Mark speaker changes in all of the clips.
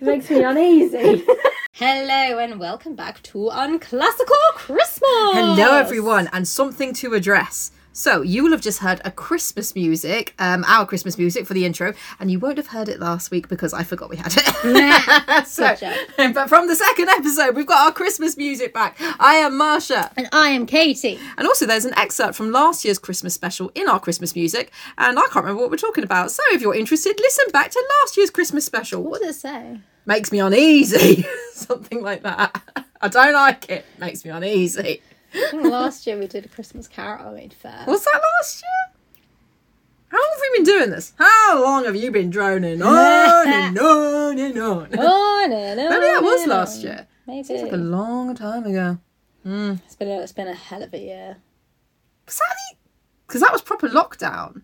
Speaker 1: makes me uneasy.
Speaker 2: Hello and welcome back to Unclassical Christmas.
Speaker 3: Hello, everyone, and something to address. So, you will have just heard a Christmas music, um, our Christmas music for the intro, and you won't have heard it last week because I forgot we had it. so,
Speaker 2: Gotcha.
Speaker 3: but from the second episode, we've got our Christmas music back. I am Marsha,
Speaker 2: And I am Katie.
Speaker 3: and also there's an excerpt from last year's Christmas special in our Christmas music, and I can't remember what we're talking about. So, if you're interested, listen back to last year's Christmas special. What
Speaker 2: What does it say?
Speaker 3: makes me uneasy? something like that. I don't like it. Makes me uneasy.
Speaker 2: I think last year we did a Christmas carol I made fair.
Speaker 3: Was that last year? How long have we been doing this? How long have you been droning on and on and on? Maybe
Speaker 2: On and on
Speaker 3: that was
Speaker 2: and
Speaker 3: last
Speaker 2: on.
Speaker 3: year.
Speaker 2: Maybe.
Speaker 3: It's like a long time ago.
Speaker 2: It's been a, it's been a hell of a year.
Speaker 3: Was that Because that was proper lockdown.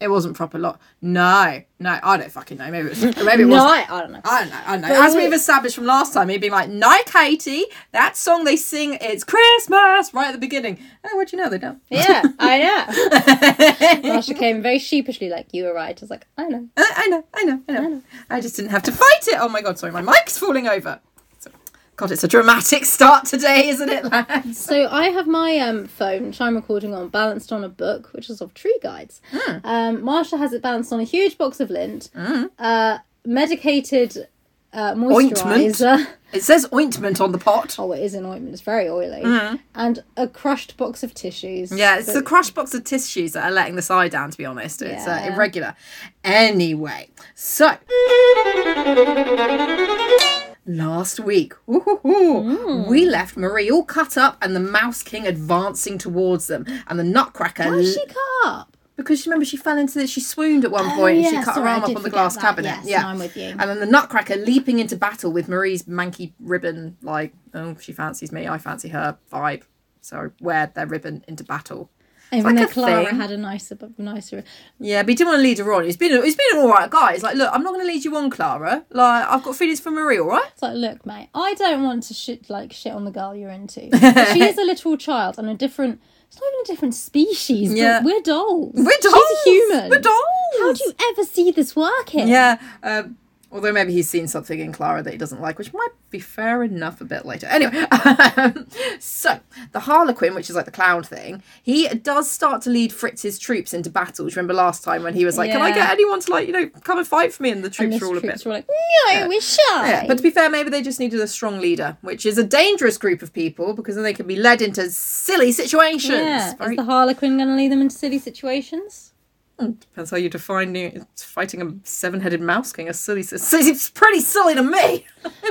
Speaker 3: It wasn't proper lock. No, no, I don't fucking know. Maybe it was. Maybe it
Speaker 2: No,
Speaker 3: was.
Speaker 2: I, I don't know.
Speaker 3: I don't know. I don't know. As we've established from last time, me being like, "No, Katie, that song they sing, it's Christmas," right at the beginning. Oh, what do you know? They don't.
Speaker 2: yeah, I know. Marsha came very sheepishly like, you were right. I was like, I know.
Speaker 3: Uh, I, I know, I know, I know. I just didn't have to fight it. Oh my god, sorry, my mic's falling over. So- God, it's a dramatic start today, isn't it, lads?
Speaker 2: So I have my um, phone, which I'm recording on, balanced on a book, which is of tree guides.
Speaker 3: Hmm.
Speaker 2: Um, Marsha has it balanced on a huge box of lint, uh, medicated uh, moisturizer.
Speaker 3: It says ointment on the pot.
Speaker 2: Oh, it is an ointment. It's very oily, and a crushed box of tissues.
Speaker 3: Hmm. Yeah, it's
Speaker 2: But
Speaker 3: the crush box of tissues that are letting the side down, to be honest. It's uh,
Speaker 2: Yeah.
Speaker 3: irregular. Anyway, so. Last week,
Speaker 2: Mm.
Speaker 3: woo-hoo-hoo, we left Marie all cut up and the Mouse King advancing towards them, and the Nutcracker
Speaker 2: Why is she cut up?
Speaker 3: Because remember, she fell into the, she swooned at one point and
Speaker 2: Oh, yeah,
Speaker 3: she cut
Speaker 2: sorry,
Speaker 3: her
Speaker 2: I
Speaker 3: arm up
Speaker 2: did
Speaker 3: on the
Speaker 2: forget
Speaker 3: glass
Speaker 2: that.
Speaker 3: cabinet.
Speaker 2: Yes,
Speaker 3: yeah,
Speaker 2: no, I'm with you.
Speaker 3: And then the Nutcracker leaping into battle with Marie's manky ribbon, like, oh, she fancies me, I fancy her vibe. So I wear their ribbon into battle.
Speaker 2: Even
Speaker 3: like
Speaker 2: though
Speaker 3: a
Speaker 2: Clara
Speaker 3: thing.
Speaker 2: had a nicer, nicer.
Speaker 3: Yeah, but he didn't want to lead her on. He's been, he's been an all right guy. He's like, look, I'm not going to lead you on, Clara. Like, I've got feelings for Marie, all right?
Speaker 2: It's like, look, mate, I don't want to shit like shit on the girl you're into. But she is a literal child and a different. It's not even a different species. but
Speaker 3: Yeah.
Speaker 2: we're dolls.
Speaker 3: We're dolls.
Speaker 2: She's a human.
Speaker 3: We're dolls.
Speaker 2: How do you ever see this working?
Speaker 3: Yeah. Um, although maybe he's seen something in Clara that he doesn't like, which might be fair enough a bit later. Anyway, um, so the Harlequin, which is like the clown thing, he does start to lead Fritz's troops into battle. Do you remember last time when he was like, "Can I
Speaker 2: Yeah.
Speaker 3: get anyone to like you know come and fight for me?" And the
Speaker 2: And
Speaker 3: troops
Speaker 2: the
Speaker 3: were all a bit.
Speaker 2: troops were like, no, we're shy.
Speaker 3: Yeah, but to be fair, maybe they just needed a strong leader, which is a dangerous group of people because then they can be led into silly situations.
Speaker 2: Yeah.
Speaker 3: Very-
Speaker 2: Is the Harlequin going to lead them into silly situations?
Speaker 3: Depends how you define new- fighting a seven-headed mouse king. A silly, it's pretty silly to me.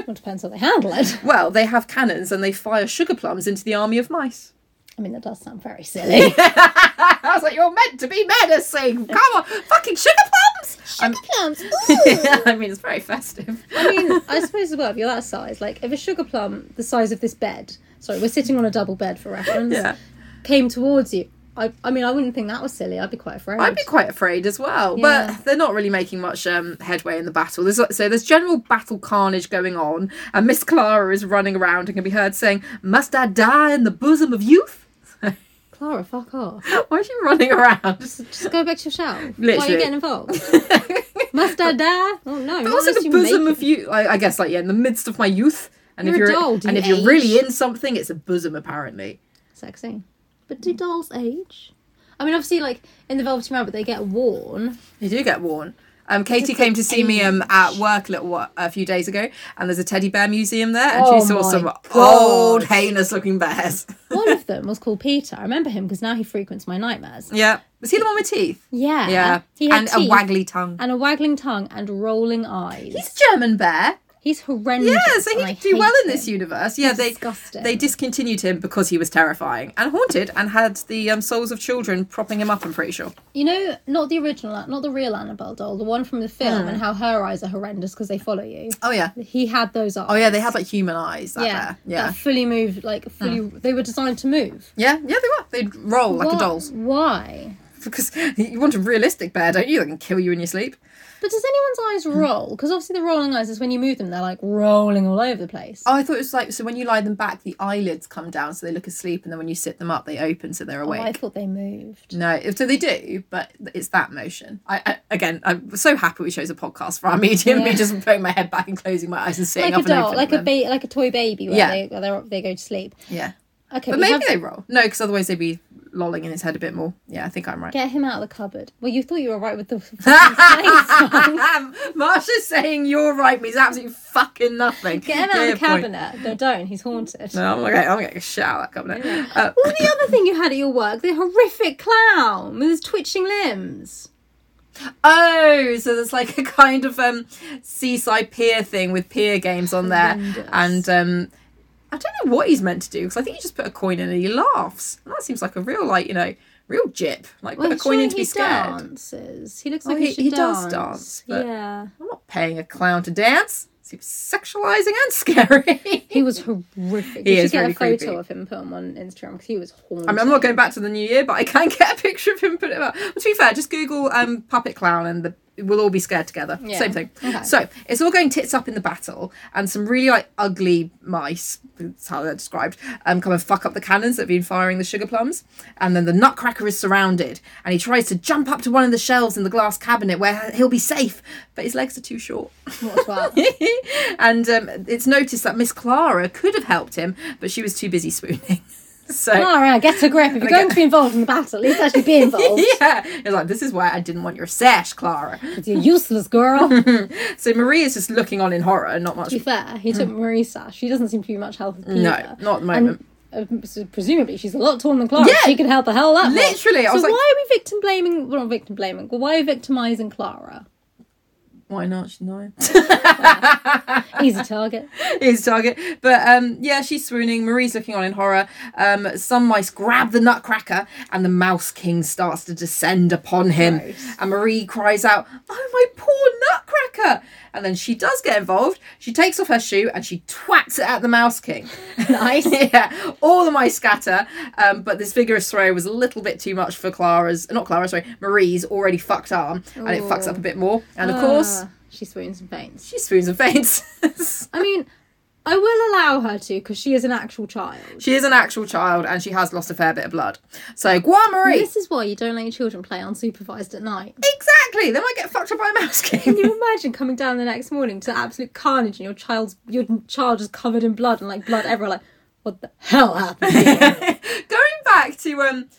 Speaker 2: Well, depends how they handle it.
Speaker 3: Well, they have cannons and they fire sugar plums into the army of mice.
Speaker 2: I mean, that does sound very silly.
Speaker 3: I was like, you're meant to be menacing. Come on, fucking sugar plums.
Speaker 2: Sugar plums.
Speaker 3: I mean, it's very festive.
Speaker 2: I mean, I suppose as well, if you're that size, like if a sugar plum the size of this bed, sorry, we're sitting on a double bed for reference,
Speaker 3: Yeah.
Speaker 2: came towards you, I, I mean, I wouldn't think that was silly. I'd be quite afraid.
Speaker 3: I'd be quite afraid as well,
Speaker 2: Yeah.
Speaker 3: but they're not really making much um, headway in the battle. There's, so there's general battle carnage going on, and Miss Clara is running around and can be heard saying, "Must I die in the bosom of youth?"
Speaker 2: Clara, fuck off.
Speaker 3: Why is she running around?
Speaker 2: Just go back to your shell. Why are
Speaker 3: Literally.
Speaker 2: you getting involved? Must I die? Oh no.
Speaker 3: But also the bosom of you, I, I guess, like yeah, in the midst of my youth. And
Speaker 2: You're
Speaker 3: if
Speaker 2: a
Speaker 3: you're
Speaker 2: doll, do
Speaker 3: and
Speaker 2: you
Speaker 3: if you're really
Speaker 2: age?
Speaker 3: in something, it's a bosom apparently.
Speaker 2: Sexy. But do dolls age? I mean, obviously, like in the Velvet Rabbit, they get worn.
Speaker 3: They do get worn. Um, Katie came to see me um, at work a, little, wha- a few days ago, and there's a teddy bear museum there, and
Speaker 2: Oh
Speaker 3: she saw
Speaker 2: my
Speaker 3: some
Speaker 2: God.
Speaker 3: old, heinous looking bears.
Speaker 2: One of them was called Peter. I remember him because now he frequents my nightmares.
Speaker 3: yeah. Was he the one with teeth?
Speaker 2: Yeah.
Speaker 3: Yeah.
Speaker 2: Uh-huh. He had
Speaker 3: and
Speaker 2: teeth.
Speaker 3: a waggly tongue.
Speaker 2: and a waggling tongue and rolling eyes.
Speaker 3: He's a German bear.
Speaker 2: He's horrendous.
Speaker 3: Yeah, so
Speaker 2: and I
Speaker 3: he'd do well
Speaker 2: hate
Speaker 3: in this
Speaker 2: him.
Speaker 3: universe. Yeah, they
Speaker 2: Disgusting.
Speaker 3: they discontinued him because he was terrifying and haunted and had the um, souls of children propping him up, I'm pretty sure.
Speaker 2: You know, not the original, uh, not the real Annabelle doll, the one from the
Speaker 3: Hmm.
Speaker 2: film, and how her eyes are horrendous because they follow you.
Speaker 3: Oh, yeah.
Speaker 2: He had those eyes.
Speaker 3: Oh, yeah, they had like human eyes, that
Speaker 2: yeah,
Speaker 3: bear. Yeah.
Speaker 2: that fully moved, like fully. They were designed to move.
Speaker 3: Yeah, yeah, they were. They'd roll like
Speaker 2: Why-
Speaker 3: a doll's.
Speaker 2: Why?
Speaker 3: because you want a realistic bear, don't you? That can kill you in your sleep.
Speaker 2: But does anyone's eyes roll? Because obviously the rolling eyes is when you move them, they're like rolling all over the place.
Speaker 3: Oh, I thought it was like so when you lie them back, the eyelids come down, so they look asleep, and then when you sit them up, they open, so they're
Speaker 2: Oh,
Speaker 3: awake.
Speaker 2: I thought they moved.
Speaker 3: No, so they do, but it's that motion. I, I again, I'm so happy we chose a podcast for our medium. Me
Speaker 2: Yeah.
Speaker 3: just throwing my head back and closing my eyes and sitting
Speaker 2: Like a
Speaker 3: up and
Speaker 2: doll,
Speaker 3: opening
Speaker 2: like a
Speaker 3: them.
Speaker 2: ba- like a toy baby where
Speaker 3: Yeah.
Speaker 2: they where they're- they go to sleep.
Speaker 3: yeah,
Speaker 2: Okay,
Speaker 3: but
Speaker 2: we
Speaker 3: maybe
Speaker 2: have
Speaker 3: they roll. No, because otherwise they'd be lolling in his head a bit more. Yeah, I think I'm right.
Speaker 2: get him out of the cupboard. Well, you thought you were right with the.
Speaker 3: Marsha's saying you're right means absolutely fucking nothing.
Speaker 2: Get him out
Speaker 3: Yeah,
Speaker 2: of the
Speaker 3: point.
Speaker 2: cabinet. No, don't. He's haunted.
Speaker 3: No, I'm gonna, I'm gonna get a shower at that cabinet. Uh,
Speaker 2: What the other thing you had at your work? The horrific clown with his twitching limbs.
Speaker 3: Oh, so there's like a kind of um seaside pier thing with pier games on there,
Speaker 2: Horrendous.
Speaker 3: and um I don't know what he's meant to do because I think you just put a coin in and he laughs. And that seems like a real like you know real jip like put a coin
Speaker 2: surely
Speaker 3: in to be
Speaker 2: he
Speaker 3: scared.
Speaker 2: dances. He looks
Speaker 3: Oh,
Speaker 2: like he,
Speaker 3: he-
Speaker 2: should
Speaker 3: he
Speaker 2: dance.
Speaker 3: does dance, but-
Speaker 2: Yeah.
Speaker 3: I'm not paying a clown to dance. Seems sexualizing and scary.
Speaker 2: He was horrific.
Speaker 3: He
Speaker 2: you
Speaker 3: is
Speaker 2: should get
Speaker 3: really
Speaker 2: a photo
Speaker 3: creepy.
Speaker 2: of him and put him on Instagram because he was haunted.
Speaker 3: I mean, I'm not going back to the new year, but I can get a picture of him. Put it up. But to be fair, just Google um, puppet clown, and the, we'll all be scared together.
Speaker 2: Yeah.
Speaker 3: Same thing.
Speaker 2: Okay.
Speaker 3: So it's all going tits up in the battle, and some really like ugly mice. That's how they're described. Um, come and fuck up the cannons that've been firing the sugar plums, and then the Nutcracker is surrounded, and he tries to jump up to one of the shelves in the glass cabinet where he'll be safe, but his legs are too short.
Speaker 2: What's that?
Speaker 3: and um, it's noticed that Miss Clara could have helped him, but she was too busy swooning. So.
Speaker 2: Clara, get a grip. If you're going to be involved in the battle, at least actually be involved.
Speaker 3: yeah. It's like, this is why I didn't want your sash, Clara.
Speaker 2: you useless girl. to
Speaker 3: So Maria's just looking on in horror, not much.
Speaker 2: be fair, he took Marie's sash. She doesn't seem to be much help either.
Speaker 3: Mm. No, not at the
Speaker 2: And,
Speaker 3: moment.
Speaker 2: uh, so presumably, she's a lot taller than Clara.
Speaker 3: Yeah.
Speaker 2: She could help the hell up.
Speaker 3: Literally,
Speaker 2: So
Speaker 3: I was like-
Speaker 2: why are we victim blaming? Well, not victim blaming. Well, why are we victimizing Clara?
Speaker 3: Why not? She's annoying.
Speaker 2: Easy target.
Speaker 3: His target. But um, yeah, she's swooning. Marie's looking on in horror. Um, some mice grab the nutcracker, and the Mouse King starts to descend upon him.
Speaker 2: Gross.
Speaker 3: And Marie cries out, Oh, my poor nutcracker! And then she does get involved. She takes off her shoe and she twats it at the Mouse King.
Speaker 2: Nice.
Speaker 3: yeah, all the mice scatter. Um, but this vigorous throw was a little bit too much for Clara's, not Clara, sorry, Marie's already fucked arm, and it fucks
Speaker 2: Ooh.
Speaker 3: up a bit more. And of course,
Speaker 2: Ah, she swoons and faints.
Speaker 3: she swoons and faints.
Speaker 2: I mean, I will allow her to because she is an actual child.
Speaker 3: she is an actual child, and she has lost a fair bit of blood. So, Gua Marie,
Speaker 2: This is why you don't let your children play unsupervised at night.
Speaker 3: exactly. They might get fucked up by a mouse
Speaker 2: Can
Speaker 3: king.
Speaker 2: you imagine coming down the next morning to absolute carnage and your child's your child is covered in blood and like blood everywhere? Like, what the hell happened?
Speaker 3: Going back to um,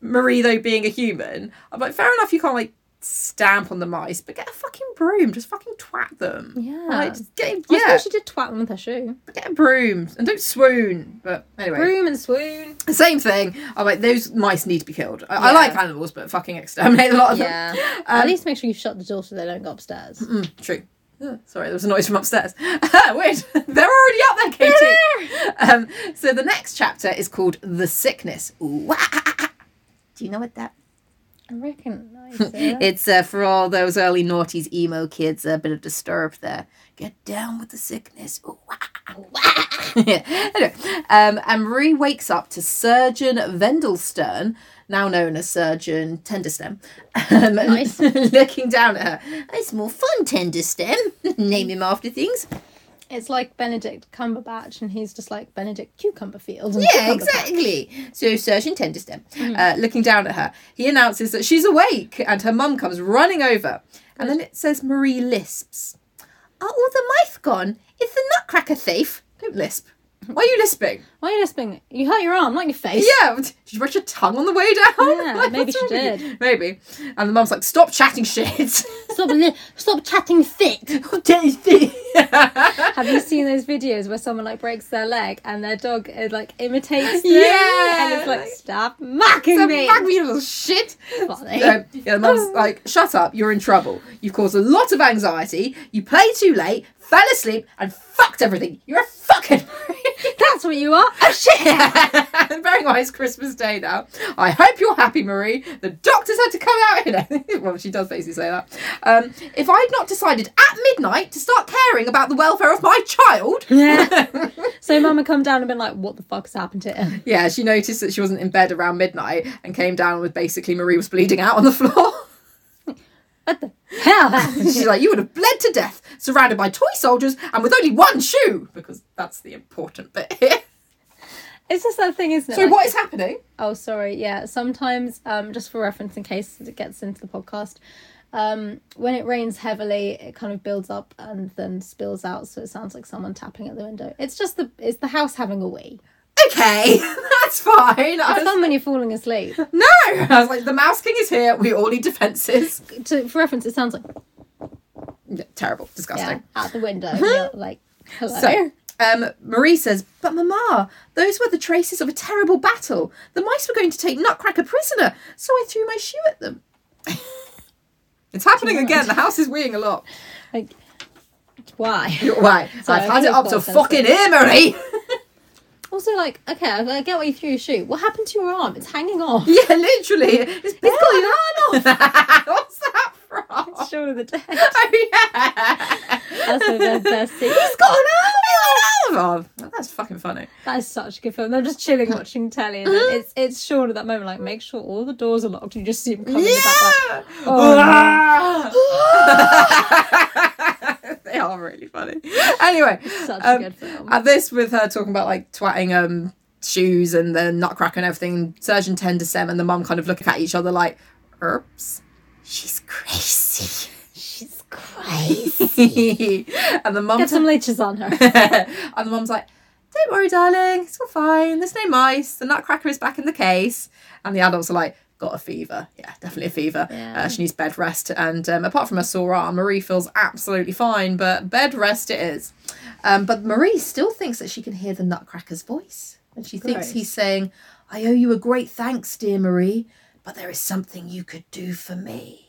Speaker 3: Marie though being a human, I'm like, fair enough, you can't like stamp on the mice, but get a fucking broom, just fucking twat them.
Speaker 2: Yeah.
Speaker 3: like, just get,
Speaker 2: I
Speaker 3: yeah,
Speaker 2: suppose she did twat them with her shoe.
Speaker 3: get a broom and don't swoon. But anyway,
Speaker 2: Broom and swoon.
Speaker 3: Same thing. I'm like, those mice need to be killed. I, I
Speaker 2: Yeah.
Speaker 3: like animals, but fucking exterminate a lot of them. Um,
Speaker 2: At least make sure you shut the door so they don't go upstairs.
Speaker 3: Mm, true. Uh, Sorry, there was a noise from upstairs. Weird. They're already up there, Katie. Um, so the next chapter is called The Sickness. Ooh, ah, ah, ah, ah. Do you know what that?
Speaker 2: I recognise it.
Speaker 3: It's uh, for all those early noughties emo kids. A bit of disturb there. Get down with the sickness. Ooh, ah, ah, ah, ah. Yeah. anyway, um, and Marie wakes up to Surgeon Vendelstern, now known as Surgeon Tenderstem, um,
Speaker 2: Nice.
Speaker 3: looking down at her. It's more fun, Tenderstem. Name him after things.
Speaker 2: It's like Benedict Cumberbatch, and he's just like Benedict Cucumberfield. And
Speaker 3: Yeah,
Speaker 2: Cucumberbatch.
Speaker 3: exactly. So Surgeon Tenderstem, uh, looking down at her, he announces that she's awake, and her mum comes running over, and then it says Marie lisps. Are all the mice gone? Is the Nutcracker safe? Don't lisp. Why are you lisping?
Speaker 2: Why are you lisping? You hurt your arm, not your face.
Speaker 3: Yeah, did you brush your tongue on the way down?
Speaker 2: Yeah,
Speaker 3: Like,
Speaker 2: maybe
Speaker 3: what's
Speaker 2: she
Speaker 3: wrong with you? Maybe. And the mum's like, stop chatting shit.
Speaker 2: Stop, li- stop chatting thick. Have you seen those videos where someone like breaks their leg and their dog uh, like imitates them?
Speaker 3: Yeah.
Speaker 2: And it's like, stop macking
Speaker 3: Stop
Speaker 2: me.
Speaker 3: fucking me, you little shit.
Speaker 2: Funny.
Speaker 3: Um, yeah, the mum's like, shut up, you're in trouble. You've caused a lot of anxiety, you played too late, fell asleep, and fucked everything. You're a fucking.
Speaker 2: That's what you are.
Speaker 3: oh shit! Bearing in ice Christmas Day now. I hope you're happy, Marie. The doctors had to come out here. well, she does basically say that. Um, if I had not decided at midnight to start caring about the welfare of my child.
Speaker 2: Yeah. so mum had come down and been like, what the fuck's happened to him?
Speaker 3: Yeah, she noticed that she wasn't in bed around midnight and came down with basically Marie was bleeding out on the floor.
Speaker 2: What the hell happened?
Speaker 3: She's like, you would have bled to death, surrounded by toy soldiers and with only one shoe, because that's the important bit here.
Speaker 2: It's just that thing, isn't it?
Speaker 3: So
Speaker 2: Like-
Speaker 3: what is happening?
Speaker 2: Oh, sorry. Yeah, sometimes, um, just for reference, in case it gets into the podcast, um, when it rains heavily, it kind of builds up and then spills out, so it sounds like someone tapping at the window. It's just the it's the house having a wee.
Speaker 3: Okay, that's fine. I
Speaker 2: It's
Speaker 3: was,
Speaker 2: fun when you're falling asleep.
Speaker 3: no, I was like, the Mouse King is here. We all need defences.
Speaker 2: to, for reference, it sounds like
Speaker 3: Yeah, terrible,
Speaker 2: yeah,
Speaker 3: disgusting.
Speaker 2: at the window. You're like hello.
Speaker 3: So. Um, Marie says, but Mama, those were the traces of a terrible battle. The mice were going to take Nutcracker prisoner, so I threw my shoe at them. it's happening again. The house is weeing a lot.
Speaker 2: like why?
Speaker 3: Right,
Speaker 2: Sorry,
Speaker 3: I've
Speaker 2: I
Speaker 3: had
Speaker 2: think
Speaker 3: it
Speaker 2: it's
Speaker 3: up to
Speaker 2: quite sensitive.
Speaker 3: fucking here, Marie.
Speaker 2: also, like okay, I I get why you threw your shoe. What happened to your arm? It's hanging off.
Speaker 3: Yeah, literally. It's been
Speaker 2: got
Speaker 3: What's that from?
Speaker 2: It's short of the day.
Speaker 3: Oh yeah.
Speaker 2: That's one of their best scenes.
Speaker 3: He's got an arm. Oh, that's fucking funny.
Speaker 2: That is such a good film. They're just chilling, watching telly, and then it's it's Sean at that moment. Like, make sure all the doors are locked. You just see him coming in the back. Like,
Speaker 3: Oh. they are really funny. Anyway,
Speaker 2: such a
Speaker 3: um,
Speaker 2: good film.
Speaker 3: at this with her talking about like twatting um shoes and the nutcracker and everything, Surgeon Tender Sem and the mum kind of looking at each other like, "Oops, she's crazy."
Speaker 2: She's crazy.
Speaker 3: and the mum
Speaker 2: Get some leeches on her.
Speaker 3: and the mum's like, don't worry, darling, it's all fine. There's no mice. The nutcracker is back in the case. And the adults are like, got a fever. Yeah, definitely a fever.
Speaker 2: Yeah.
Speaker 3: Uh, she needs bed rest. And um, apart from a sore arm, Marie feels absolutely fine, but bed rest it is. Um, but Marie still thinks that she can hear the nutcracker's voice. And she thinks
Speaker 2: Gross.
Speaker 3: he's saying, I owe you a great thanks, dear Marie, but there is something you could do for me.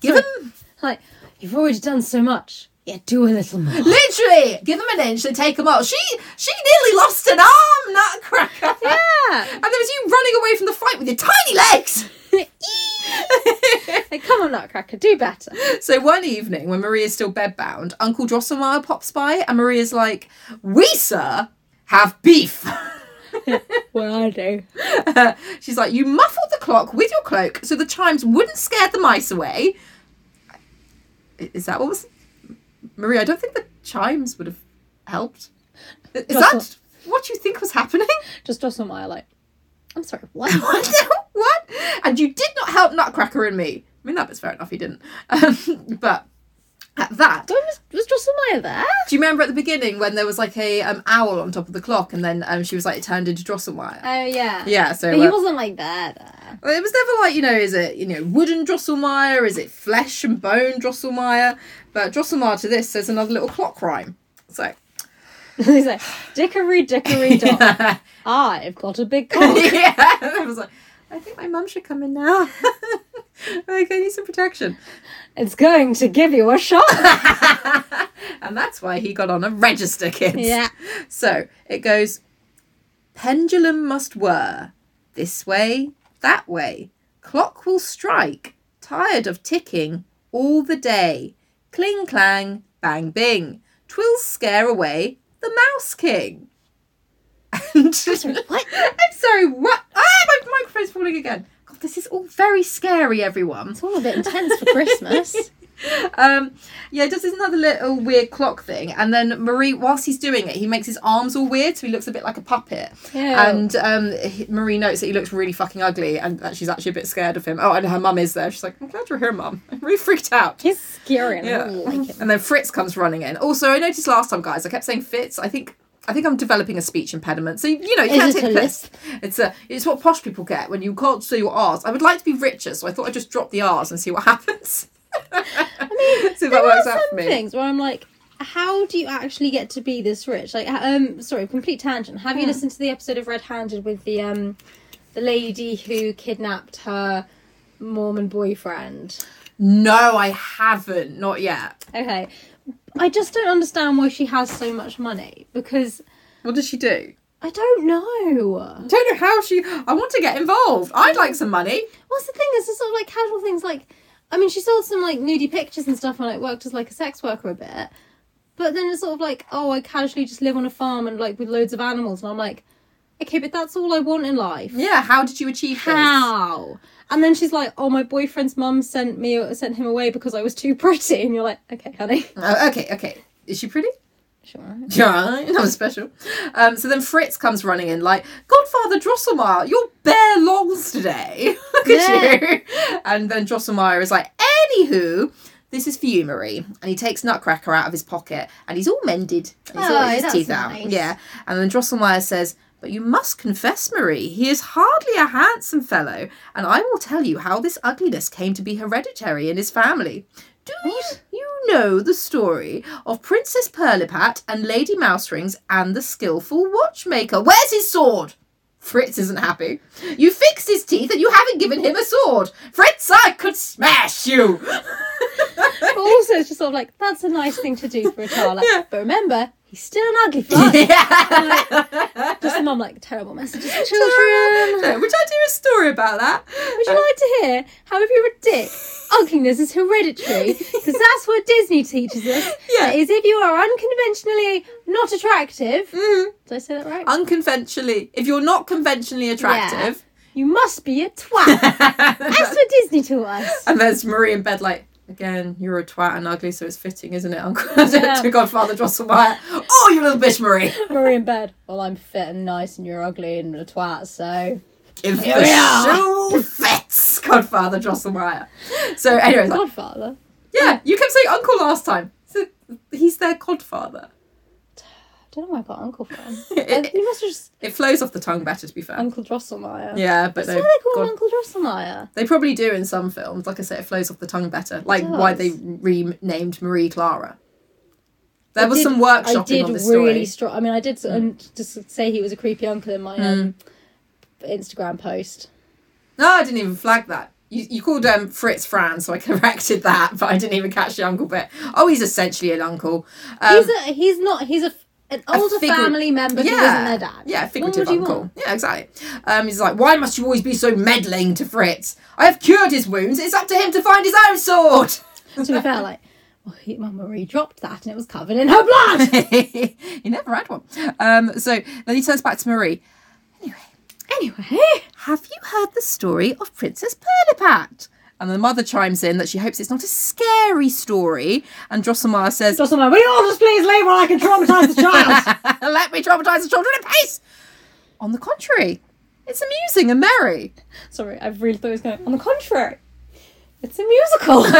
Speaker 3: Give him
Speaker 2: Like, you've already done so much. Yeah, do a little more.
Speaker 3: Literally, give them an inch, they take them all. She she nearly lost an arm, Nutcracker.
Speaker 2: Yeah.
Speaker 3: And there was you running away from the fight with your tiny legs.
Speaker 2: Like, come on, Nutcracker, do better.
Speaker 3: so one evening, when Marie is still bedbound, Uncle Drosselmeyer pops by, and Marie is like, "We sir have beef."
Speaker 2: Well, I do.
Speaker 3: She's like, "You muffled the clock with your cloak, so the chimes wouldn't scare the mice away." I- Is that what was Marie? I don't think the chimes would have helped. Is that
Speaker 2: Drossel-
Speaker 3: what you think was happening?
Speaker 2: Just Drosselmeyer, like, I'm sorry, what?
Speaker 3: what? the- what? And you did not help Nutcracker and me. I mean, that bit's fair enough, he didn't. Um, but at that, do
Speaker 2: When was, was Drosselmeyer there?
Speaker 3: you remember at the beginning when there was like a um, owl on top of the clock and then um, she was like, it turned into Drosselmeyer?
Speaker 2: Oh, yeah.
Speaker 3: yeah, so
Speaker 2: But
Speaker 3: uh,
Speaker 2: he wasn't like there. there.
Speaker 3: it was never like, you know, is it, you know, wooden Drosselmeyer? Is it flesh and bone Drosselmeyer? But Drosselmeyer to this says another little clock rhyme. So,
Speaker 2: He's like, dickory, dickory, dock.
Speaker 3: yeah,
Speaker 2: I've got a big cock.
Speaker 3: I was like, I think my mum should come in now. like, I need some protection.
Speaker 2: It's going to give you a shock.
Speaker 3: and that's why he got on a register, kids.
Speaker 2: Yeah.
Speaker 3: So it goes pendulum must whir this way, that way. Clock will strike, tired of ticking all the day. Cling clang, bang bing. Twill scare away the mouse king. And
Speaker 2: what?
Speaker 3: I'm sorry, what? Ah, my microphone's falling again. God, this is all very scary, everyone.
Speaker 2: It's all a bit intense for Christmas.
Speaker 3: Um, yeah, he does this another little weird clock thing, and then Marie, whilst he's doing it, he makes his arms all weird, so he looks a bit like a puppet.
Speaker 2: Yeah.
Speaker 3: And um, he- Marie notes that he looks really fucking ugly, and that she's actually a bit scared of him. Oh, and her mum is there. She's like, "I'm glad you're here, mum." I'm really freaked out.
Speaker 2: He's scary and I
Speaker 3: Yeah.
Speaker 2: don't like him.
Speaker 3: And then Fritz comes running in. Also, I noticed last time, guys, I kept saying Fitz. I think. I think I'm developing a speech impediment, so you know you
Speaker 2: Is
Speaker 3: can't
Speaker 2: it
Speaker 3: take
Speaker 2: a
Speaker 3: the piss. It's a it's what posh people get when you can't say your R's. I would like to be richer, so I thought I'd just drop the R's and see what happens. I mean, see if that
Speaker 2: There are
Speaker 3: works out for
Speaker 2: some
Speaker 3: me.
Speaker 2: things where I'm like, how do you actually get to be this rich? Like, ha- um, sorry, complete tangent. Have you listened to the episode of Red Handed with the um, the lady who kidnapped her Mormon boyfriend?
Speaker 3: No, I haven't. Not yet.
Speaker 2: Okay, I just don't understand why she has so much money because
Speaker 3: What does she do?
Speaker 2: I don't know.
Speaker 3: Don't know how she. I want to get involved. I'd like some money.
Speaker 2: What's the thing? It's just sort of like casual things. Like, I mean, she sold some like nudie pictures and stuff, and like worked as like a sex worker a bit. But then it's sort of like, oh, I casually just live on a farm and like with loads of animals, and I'm like, okay, but that's all I want in life.
Speaker 3: Yeah. How did you achieve this?
Speaker 2: How? And then she's like, oh, my boyfriend's mum sent me sent him away because I was too pretty, and you're like, okay, honey,
Speaker 3: Oh, okay. Okay. Is she pretty?
Speaker 2: sure.
Speaker 3: Yeah, that was special. Um, so then Fritz comes running in like, Godfather Drosselmeyer, you're bare longs today. Look at
Speaker 2: Yeah.
Speaker 3: you. And then Drosselmeyer is like, anywho, this is for you, Marie. And he takes Nutcracker out of his pocket and he's all mended. And he's all
Speaker 2: Oh,
Speaker 3: got his
Speaker 2: that's
Speaker 3: teeth
Speaker 2: nice.
Speaker 3: out. Yeah. And then Drosselmeyer says, but you must confess, Marie, he is hardly a handsome fellow, and I will tell you how this ugliness came to be hereditary in his family. Do you, you know the story of Princess Perlipat and Lady Mouserings and the skilful watchmaker? Where's his sword? Fritz isn't happy. You fixed his teeth and you haven't given him a sword. Fritz, I could smash you.
Speaker 2: But also, it's just sort of like that's a nice thing to do for a child. Like,
Speaker 3: Yeah.
Speaker 2: But remember, he's still an ugly fuck.
Speaker 3: Yeah.
Speaker 2: just the mum like terrible messages to children.
Speaker 3: No, Would I do a story about that?
Speaker 2: Would you like to hear how if you're a dick, ugliness is hereditary? Because that's what Disney teaches us.
Speaker 3: Yeah.
Speaker 2: That is if you are unconventionally not attractive.
Speaker 3: Mhm.
Speaker 2: Did I say that right?
Speaker 3: Unconventionally, if you're not conventionally attractive,
Speaker 2: you must be a twat. That's what Disney taught us.
Speaker 3: And there's Marie in bed, like, again, you're a twat and ugly, so it's fitting, isn't it, Uncle? to Godfather Drosselmeyer. Oh, you little bitch, Marie.
Speaker 2: Marie in bed. Well, I'm fit and nice, and you're ugly and a twat. So
Speaker 3: If
Speaker 2: Here
Speaker 3: the
Speaker 2: we are.
Speaker 3: shoe fits, Godfather Drosselmeyer. So, anyway, like,
Speaker 2: Godfather.
Speaker 3: yeah, you kept saying Uncle last time. So he's their Godfather.
Speaker 2: I don't know where I got uncle from. Uh,
Speaker 3: It, it,
Speaker 2: You must have just
Speaker 3: it flows off the tongue better, to be fair.
Speaker 2: Uncle Drosselmeyer.
Speaker 3: yeah, but
Speaker 2: That's
Speaker 3: no,
Speaker 2: why they call
Speaker 3: God-
Speaker 2: him Uncle Drosselmeyer.
Speaker 3: they probably do in some films. Like I said, it flows off the tongue better. Like
Speaker 2: does.
Speaker 3: why they renamed Marie Clara. There was
Speaker 2: did-
Speaker 3: some
Speaker 2: I
Speaker 3: workshopping
Speaker 2: did
Speaker 3: on this
Speaker 2: really
Speaker 3: story. Hmm.
Speaker 2: strong. I mean, I did s- um, just say he was a creepy uncle in my um,
Speaker 3: Hmm.
Speaker 2: Instagram post.
Speaker 3: No, I didn't even flag that. You, you called um, Fritz Fran, so I corrected that, but I didn't even catch the uncle bit. Oh, he's essentially an uncle. Um,
Speaker 2: he's a, he's not. He's a f- an older
Speaker 3: figure-
Speaker 2: family member who isn't their dad.
Speaker 3: Yeah,
Speaker 2: What
Speaker 3: figurative
Speaker 2: more do you
Speaker 3: uncle.
Speaker 2: want?
Speaker 3: Yeah, exactly. Um, he's like, why must you always be so meddling to Fritz? I have cured his wounds. It's up to him to find his own sword.
Speaker 2: to be fair, like, well, he, Mum Marie dropped that and it was covered in her blood.
Speaker 3: you never had one. Um, so then he turns back to Marie.
Speaker 2: anyway,
Speaker 3: Have you heard the story of Princess Perlipat? And the mother chimes in that she hopes it's not a scary story. And Drosselmeyer says,
Speaker 2: Drosselmeyer, will you all just please leave or I can traumatise the child?
Speaker 3: Let me traumatise the children in peace. On the contrary, it's amusing and merry.
Speaker 2: Sorry, I really thought he was going. On the contrary, it's a musical. to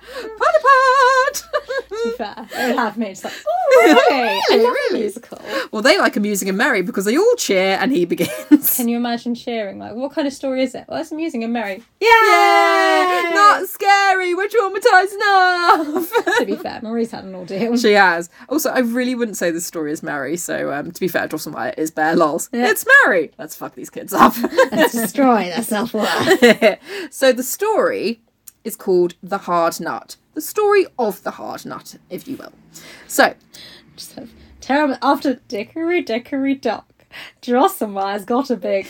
Speaker 3: Perlipat!
Speaker 2: be fair, it would have me. It's like, oh, really? I
Speaker 3: Really,
Speaker 2: love a
Speaker 3: really?
Speaker 2: musical.
Speaker 3: well, they like amusing and merry because they all cheer and he begins.
Speaker 2: Can you imagine cheering? Like, what kind of story is it? Well, it's amusing and merry.
Speaker 3: Yeah! Not scary, we're traumatised enough!
Speaker 2: to be fair, Marie's had an ordeal.
Speaker 3: She has. Also, I really wouldn't say this story is Mary, so um, to be fair, Drosselmeyer is bare lols. It's Mary! Let's fuck these kids up.
Speaker 2: Destroy their self worth.
Speaker 3: so the story is called The Hard Nut. The story of the hard nut, if you will. So,
Speaker 2: Just have terrible. After Dickory Dickory Dock, Drosselmeyer's got a big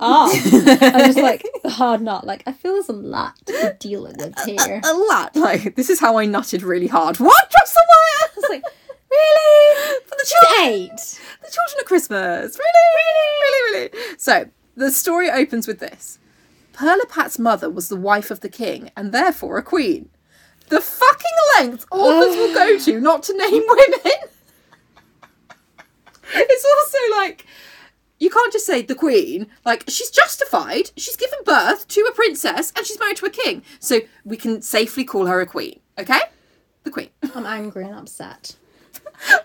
Speaker 2: arm. I'm just like, hard nut. Like, I feel there's a lot to be dealing with here.
Speaker 3: a lot. Like, this is how I nutted really hard. What, Drosselmeyer?
Speaker 2: It's like, really?
Speaker 3: For the children,
Speaker 2: Eight.
Speaker 3: the children at Christmas. Really? Really? Really, really. So, the story opens with this. Perlipat's mother was the wife of the king and therefore a queen. The fucking length authors will go to not to name women. it's also like you can't just say the queen. Like she's justified. She's given birth to a princess and she's married to a king. So we can safely call her a queen. Okay? The queen.
Speaker 2: I'm angry and upset.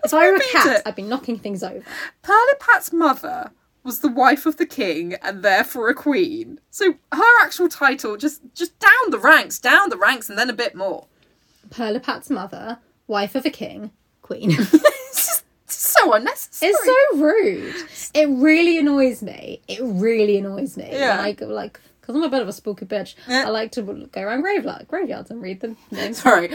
Speaker 2: If I were a
Speaker 3: Repeat
Speaker 2: cat,
Speaker 3: it.
Speaker 2: I'd be knocking things over.
Speaker 3: Perlipat's mother was the wife of the king and therefore a queen. So her actual title just just down the ranks, down the ranks, and then a bit more.
Speaker 2: Perlipat's mother, wife of a king, queen.
Speaker 3: It's just so unnecessary.
Speaker 2: It's so rude. It really annoys me. It really annoys me.
Speaker 3: Yeah.
Speaker 2: Like, like, because I'm a bit of a spooky bitch.
Speaker 3: Yeah.
Speaker 2: I like to go around graveyard, graveyards and read the names.
Speaker 3: sorry.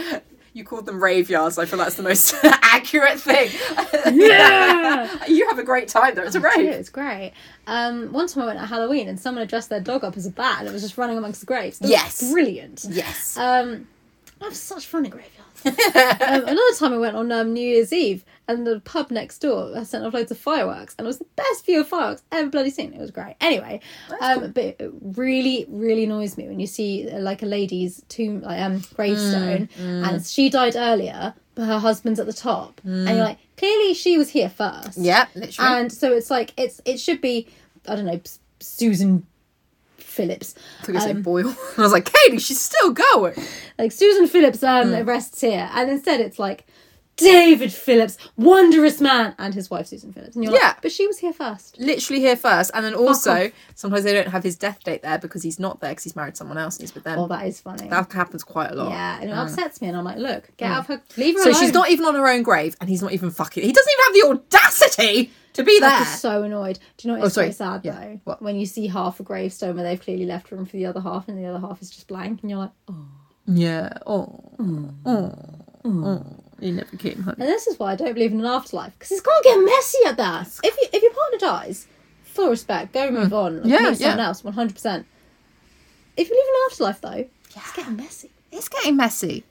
Speaker 3: You called them rave yards. I feel that's the most accurate thing.
Speaker 2: Yeah!
Speaker 3: you have a great time there. It's a
Speaker 2: Dude,
Speaker 3: rave.
Speaker 2: it was great. Um, one time I went at Halloween and someone had dressed their dog up as a bat and it was just running amongst the graves. It was
Speaker 3: Yes.
Speaker 2: brilliant.
Speaker 3: Yes.
Speaker 2: Um, I have such fun in graveyards. um, another time I went on um, New Year's Eve and the pub next door I sent off loads of fireworks and it was the best view of fireworks ever bloody seen. It was great. Anyway, um, but it really, really annoys me when you see uh, like a lady's tomb, like um, gravestone, and she died earlier, but her husband's at the top, and you're like, clearly she was here first.
Speaker 3: yeah, literally.
Speaker 2: And so it's like it's it should be I don't know S- Susan Phillips.
Speaker 3: I thought you were
Speaker 2: um,
Speaker 3: saying Boyle. I was like, Katie, she's still going.
Speaker 2: like Susan Phillips um
Speaker 3: Hmm.
Speaker 2: rests here, and instead it's like David Phillips, wondrous man, and his wife Susan Phillips, and you're
Speaker 3: Yeah.
Speaker 2: like, but she was here first.
Speaker 3: Literally here first. And then also, sometimes they don't have his death date there because he's not there because he's married someone else and he's with them.
Speaker 2: Oh, that is funny.
Speaker 3: that happens quite a lot.
Speaker 2: yeah, and it upsets me, and I'm like, look, get out of her, leave her
Speaker 3: Hmm. So
Speaker 2: alone.
Speaker 3: she's not even on her own grave and he's not even fucking. He doesn't even have the audacity to be
Speaker 2: I'd
Speaker 3: there.
Speaker 2: be
Speaker 3: Oh,
Speaker 2: so annoyed. Do you know what is
Speaker 3: sorry.
Speaker 2: quite sad
Speaker 3: Yeah.
Speaker 2: though?
Speaker 3: What?
Speaker 2: When you see half a gravestone where they've clearly left room for the other half, and the other half is just blank, and you're like, oh.
Speaker 3: Yeah. Oh. Oh. Oh. You never came home.
Speaker 2: And this is why I don't believe in an afterlife because it's gonna get messy at that. If you, if your partner dies, full respect, go move on. Like,
Speaker 3: Mm. Yeah,
Speaker 2: meet someone
Speaker 3: yeah.
Speaker 2: else, one hundred percent. If you live an afterlife though, it's getting messy.
Speaker 3: It's getting messy.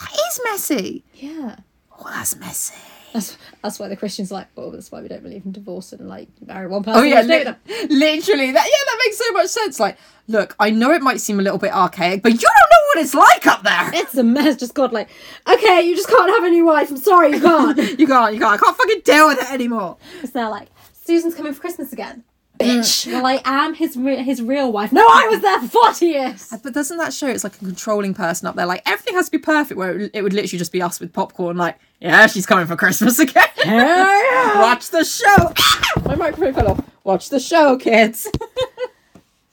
Speaker 3: That is messy.
Speaker 2: Yeah,
Speaker 3: Oh, that's messy.
Speaker 2: that's that's why the Christians are like. Well, that's why we don't believe in divorce and like marry one person.
Speaker 3: Oh yeah,
Speaker 2: and stay with
Speaker 3: li-
Speaker 2: them.
Speaker 3: literally. That yeah, that makes so much sense. Like, look, I know it might seem a little bit archaic, but you don't know what it's like up there.
Speaker 2: It's a mess. Just God, like, okay, you just can't have a new wife. I'm sorry, you can't.
Speaker 3: you can't, you can't. I can't fucking deal with it anymore.
Speaker 2: it's now like Susan's coming for Christmas again. Mm. Bitch. Well, I am his re- his real wife. No, I was there for forty years.
Speaker 3: But doesn't that show it's like a controlling person up there? Like everything has to be perfect. Where it, would- it would literally just be us with popcorn. Like, yeah, she's coming for Christmas again. Watch the show. My microphone fell off. Watch the show, kids.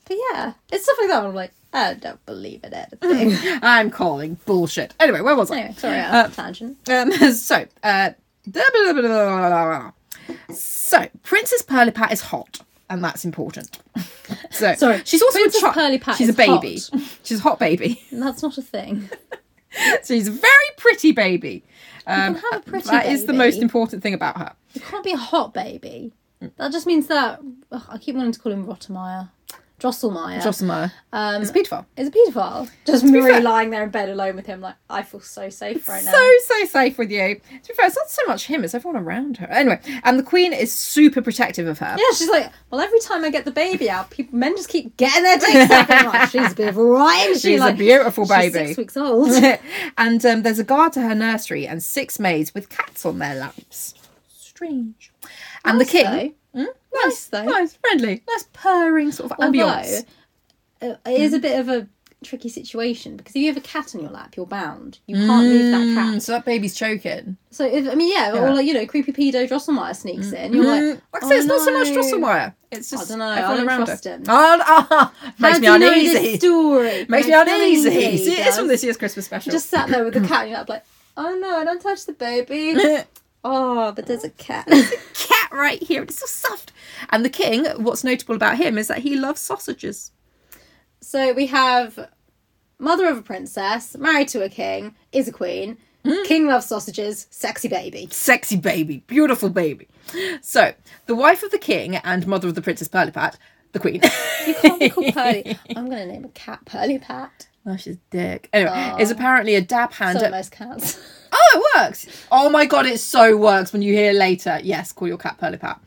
Speaker 2: But yeah, it's stuff like that. where I'm like, I don't believe in anything.
Speaker 3: I'm calling bullshit. Anyway, where was I?
Speaker 2: anyway, sorry, uh, tangent.
Speaker 3: Um, so, uh, blah, blah, blah, blah, blah, blah, blah. so Princess Perlipat is hot, and that's important. So
Speaker 2: Sorry,
Speaker 3: she's also
Speaker 2: Princess
Speaker 3: a child.
Speaker 2: Pirlipat
Speaker 3: she's
Speaker 2: is
Speaker 3: a baby.
Speaker 2: hot.
Speaker 3: She's a hot baby.
Speaker 2: And that's not a thing.
Speaker 3: So she's a very pretty baby. Um,
Speaker 2: You can have a pretty
Speaker 3: that is the
Speaker 2: baby.
Speaker 3: most important thing about her.
Speaker 2: You can't be a hot baby. That just means that ugh, I keep wanting to call him Rottermeier, Drosselmeyer.
Speaker 3: Jocelyn
Speaker 2: um,
Speaker 3: is a pedophile.
Speaker 2: is a paedophile. Just
Speaker 3: be
Speaker 2: Marie
Speaker 3: fair-
Speaker 2: lying there in bed alone with him, like I feel so safe right now.
Speaker 3: So so safe with you. To be fair, it's not so much him; it's everyone around her. Anyway, and the queen is super protective of her.
Speaker 2: Yeah, she's like, well, every time I get the baby out, people, men just keep getting their dicks out. I'm like, she's a bit of a right. She's,
Speaker 3: She's
Speaker 2: like,
Speaker 3: a beautiful
Speaker 2: she's
Speaker 3: baby.
Speaker 2: six weeks old.
Speaker 3: and um, there's a guard to her nursery and six maids with cats on their laps. Strange. And the
Speaker 2: Nice
Speaker 3: king. Hmm?
Speaker 2: Nice though.
Speaker 3: Nice, friendly, nice purring sort of ambience.
Speaker 2: Although, uh, it
Speaker 3: Hmm.
Speaker 2: is a bit of a tricky situation because if you have a cat on your lap, you're bound. You can't move that
Speaker 3: Mm,
Speaker 2: cat.
Speaker 3: so that baby's choking.
Speaker 2: So if I mean, yeah,
Speaker 3: Yeah. Hmm.
Speaker 2: or like you know, creepy pedo Drosselmeyer sneaks in. You're like,
Speaker 3: Mm, Like I say, it's
Speaker 2: "Oh,
Speaker 3: not so much
Speaker 2: no.
Speaker 3: Drosselmeyer. It's just
Speaker 2: dunno, I
Speaker 3: everyone
Speaker 2: don't
Speaker 3: around
Speaker 2: trust
Speaker 3: her.
Speaker 2: him.
Speaker 3: Oh, no,
Speaker 2: How
Speaker 3: makes me
Speaker 2: do you know this
Speaker 3: uneasy.
Speaker 2: story?
Speaker 3: Makes me
Speaker 2: Makes me
Speaker 3: uneasy.
Speaker 2: uneasy,
Speaker 3: See, it is from
Speaker 2: guys.
Speaker 3: this year's Christmas special.
Speaker 2: just sat there with the cat in your lap, like, oh no, I don't touch the baby. oh, but there's a cat.
Speaker 3: cat right here. It's so soft. And the king, what's notable about him is that he loves sausages.
Speaker 2: so we have mother of a princess, married to a king, is a queen.
Speaker 3: Hmm.
Speaker 2: King loves sausages, sexy baby.
Speaker 3: sexy baby, beautiful baby. So, the wife of the king and mother of the Princess Perlipat, the queen.
Speaker 2: You can't be called Pearly. I'm gonna name a cat Pearly Pat.
Speaker 3: oh, she's dick. Anyway, is apparently a dab hand.
Speaker 2: So
Speaker 3: at-
Speaker 2: most cats.
Speaker 3: oh, it works. Oh my god, it so works when you hear later. Yes, call your cat Perlipat.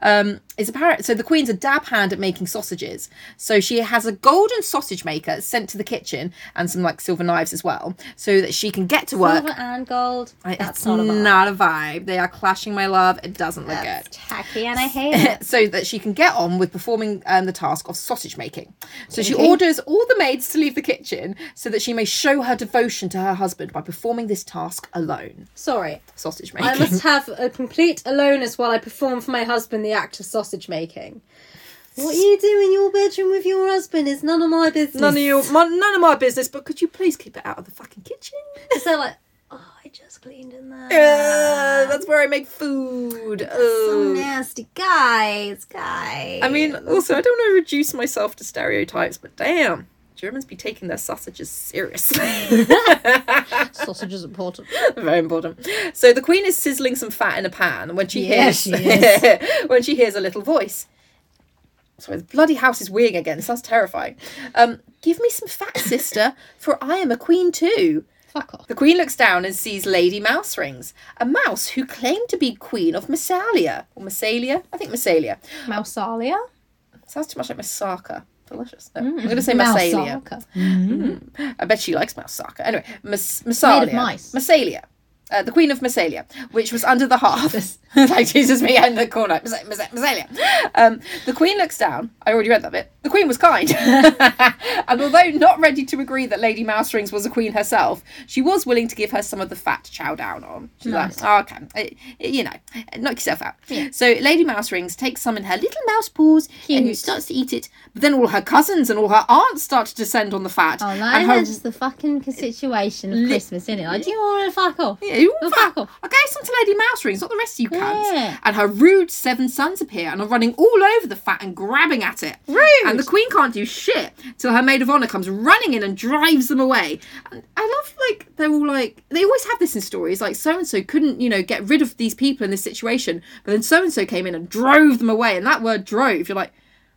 Speaker 3: Um, is apparent. So the queen's a dab hand at making sausages. So she has a golden sausage maker sent to the kitchen and some like silver knives as well, so that she can get to work.
Speaker 2: Silver and gold.
Speaker 3: I-
Speaker 2: That's
Speaker 3: it's
Speaker 2: not a vibe.
Speaker 3: not a vibe. They are clashing, my love. It doesn't look good.
Speaker 2: That's tacky and I hate it.
Speaker 3: so that she can get on with performing um, the task of sausage making. So she
Speaker 2: Okay.
Speaker 3: orders all the maids to leave the kitchen so that she may show her devotion to her husband by performing this task alone.
Speaker 2: Sorry.
Speaker 3: Sausage
Speaker 2: I
Speaker 3: making.
Speaker 2: must have a complete aloneness while I perform for my husband the act of sausage making. What you do in your bedroom with your husband is none of my business.
Speaker 3: None of your, my, none of my business. But could you please keep it out of the fucking kitchen?
Speaker 2: So like, oh, I just cleaned in there.
Speaker 3: Uh, that's where I make food.
Speaker 2: Some
Speaker 3: Oh.
Speaker 2: nasty guys, guys.
Speaker 3: I mean, also, I don't want to reduce myself to stereotypes, but damn, Germans be taking their sausages seriously.
Speaker 2: Sausage is important.
Speaker 3: Very important. So the queen is sizzling some fat in a pan when she
Speaker 2: Yeah,
Speaker 3: hears
Speaker 2: she is.
Speaker 3: when she hears a little voice. Sorry, the bloody house is weeing again. This sounds terrifying. Um, give me some fat, sister, for I am a queen too.
Speaker 2: Fuck off.
Speaker 3: The queen looks down and sees Lady Mouse Rings, a mouse who claimed to be queen of Massalia or Massalia. I think Massalia.
Speaker 2: Mousalia?
Speaker 3: Sounds too much like Masaka. Delicious. No, I'm going to say
Speaker 2: Mm.
Speaker 3: Massalia. I bet she likes Masaka. Anyway, Mas- Massalia.
Speaker 2: made of mice.
Speaker 3: Massalia. Uh, the Queen of Massalia, which was under the hearth. like Jesus, me and the corner. Massa- Massa- Massalia. Um, the Queen looks down. I already read that bit. The Queen was kind. and although not ready to agree that Lady Mouserings was a queen herself, she was willing to give her some of the fat to chow down on. She's like, oh, okay, Uh, you know, knock yourself out. So Lady Mouserings takes some in her little mouse paws and
Speaker 2: Cute.
Speaker 3: starts to eat it. But then all her cousins and all her aunts start to descend on the fat.
Speaker 2: Oh, that
Speaker 3: and
Speaker 2: is
Speaker 3: her
Speaker 2: just the fucking situation of Christmas, isn't it? Like, do you want to fuck off?
Speaker 3: yeah, you all
Speaker 2: Well,
Speaker 3: fuck
Speaker 2: fuck off.
Speaker 3: I gave some to Lady Mouse Rings, not the rest of you cunts.
Speaker 2: Yeah.
Speaker 3: And her rude seven sons appear and are running all over the fat and grabbing at it. Rude! And the Queen can't do shit till her maid of honour comes running in and drives them away. And I love, like, they're all like, they always have this in stories, like, so and so couldn't, you know, get rid of these people in this situation, but then so and so came in and drove them away. And that word drove, you're like,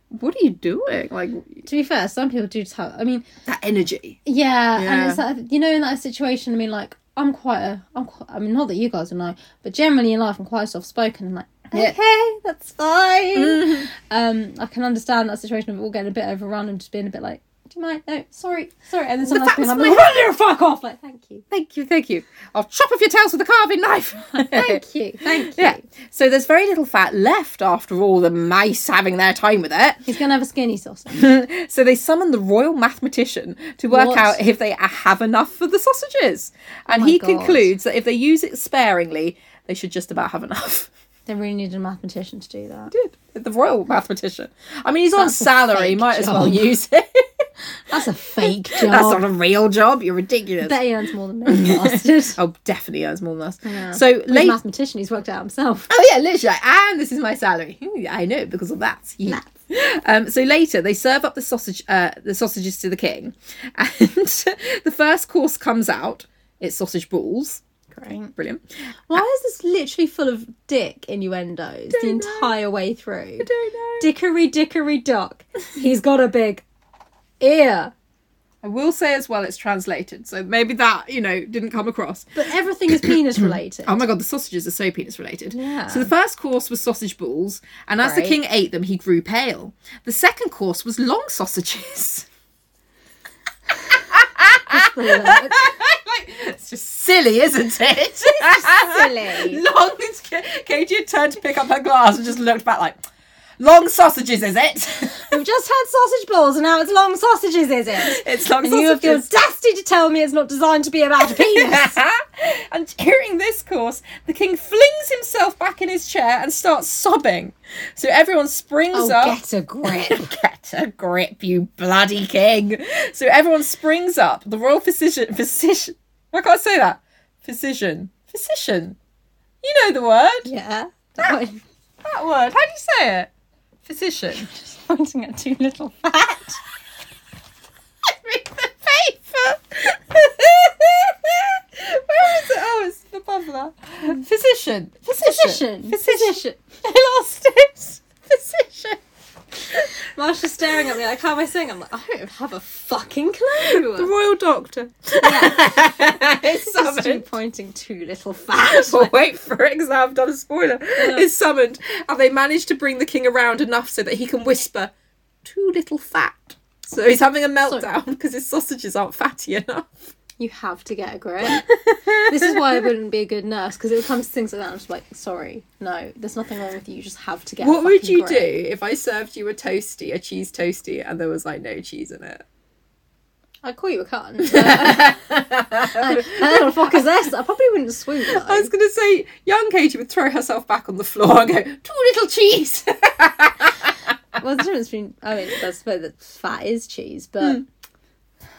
Speaker 3: what are you doing? Like,
Speaker 2: To be fair, some people do tell. I mean,
Speaker 3: that energy.
Speaker 2: yeah,
Speaker 3: Yeah.
Speaker 2: and it's like, you know, in that situation, I mean, like, I'm quite a, I'm quite, I mean, not that you guys will know, but generally in life, I'm quite soft spoken and like,
Speaker 3: Yeah.
Speaker 2: okay, that's fine. Um, I can understand that situation of all getting a bit overrun and just being a bit like, do you mind? No, sorry, sorry. And then someone else
Speaker 3: that
Speaker 2: being like,
Speaker 3: was my-
Speaker 2: "Well, you fuck off. Like, thank you.
Speaker 3: Thank you, thank you. I'll chop off your tails with a carving knife.
Speaker 2: Thank you. Thank you.
Speaker 3: Yeah. So there's very little fat left after all the mice having their time with it.
Speaker 2: He's going to have a skinny sausage.
Speaker 3: So they summon the royal mathematician to work
Speaker 2: What? Oh
Speaker 3: out if they have enough for the sausages. And
Speaker 2: my
Speaker 3: he
Speaker 2: God.
Speaker 3: concludes that if they use it sparingly, they should just about have enough.
Speaker 2: They really need a mathematician to do that.
Speaker 3: Dude, the royal mathematician. I mean, he's on
Speaker 2: That's a
Speaker 3: salary,
Speaker 2: fake
Speaker 3: might as well
Speaker 2: job.
Speaker 3: use it.
Speaker 2: That's a fake job.
Speaker 3: That's not a real job. You're ridiculous.
Speaker 2: Bet he earns more than me, bastard.
Speaker 3: oh, definitely earns more than us. So,
Speaker 2: He's a
Speaker 3: late
Speaker 2: mathematician. He's worked it out himself.
Speaker 3: Oh yeah, literally. like, And this is my salary. Hmm, I know because of that. You. Um, so later they serve up the sausage, uh, the sausages to the king, and the first course comes out. It's sausage balls.
Speaker 2: Great.
Speaker 3: Brilliant.
Speaker 2: Why is this literally full of dick innuendos the entire way through?
Speaker 3: don't know.
Speaker 2: Dickory dickory dock. He's got a big ear.
Speaker 3: I will say as well, it's translated, so maybe that you know didn't come across.
Speaker 2: But everything is penis related.
Speaker 3: Oh my god, the sausages are so penis related.
Speaker 2: Yeah.
Speaker 3: So the first course was sausage balls, and as
Speaker 2: Right.
Speaker 3: the king ate them, he grew pale. The second course was long sausages. Like, it's just silly, isn't it?
Speaker 2: Silly.
Speaker 3: long as Ka- Katie had turned to pick up her glass and just looked back like long sausages is it
Speaker 2: We've just had sausage balls and now it's long sausages, is it?
Speaker 3: it's long
Speaker 2: And you have the
Speaker 3: sausages
Speaker 2: audacity to tell me it's not designed to be about a penis.
Speaker 3: and during this course the king flings himself back in his chair and starts sobbing so everyone springs up
Speaker 2: Oh, a grip.
Speaker 3: Oh, Get a grip, you bloody king. So everyone springs up. The royal physician, physician, I can't say that. Physician, physician. You know the word.
Speaker 2: Yeah. Ah.
Speaker 3: That word. How do you say it? Physician.
Speaker 2: pointing at too little fat.
Speaker 3: read the paper. Where is it? Oh, it's above that. Physician. Physician.
Speaker 2: Physician. Physician.
Speaker 3: I lost it. Physician.
Speaker 2: Marsha's staring at me like, how am I saying? I'm like, I don't have a fucking clue.
Speaker 3: royal doctor. it's
Speaker 2: Just you
Speaker 3: summoned.
Speaker 2: pointing too little fat.
Speaker 3: Or wait for exam, not a spoiler. Is summoned, and they manage to bring the king around enough so that he can whisper, "Too little fat." So he's having a meltdown because his sausages aren't fatty enough.
Speaker 2: You have to get a grip. this is why I wouldn't be a good nurse because it comes to things like that. I'm just like, sorry, no, there's nothing wrong with you. You just have to get. a
Speaker 3: What would
Speaker 2: fucking
Speaker 3: you do
Speaker 2: grip.
Speaker 3: if I served you a toasty, a cheese toasty, and there was like no cheese in it?
Speaker 2: I'd call you a cunt. like, how the fuck is this? I probably wouldn't swoon though.
Speaker 3: I was gonna say, young Katie would throw herself back on the floor and go, too little cheese.
Speaker 2: Well, the difference between I mean, I suppose that fat is cheese, but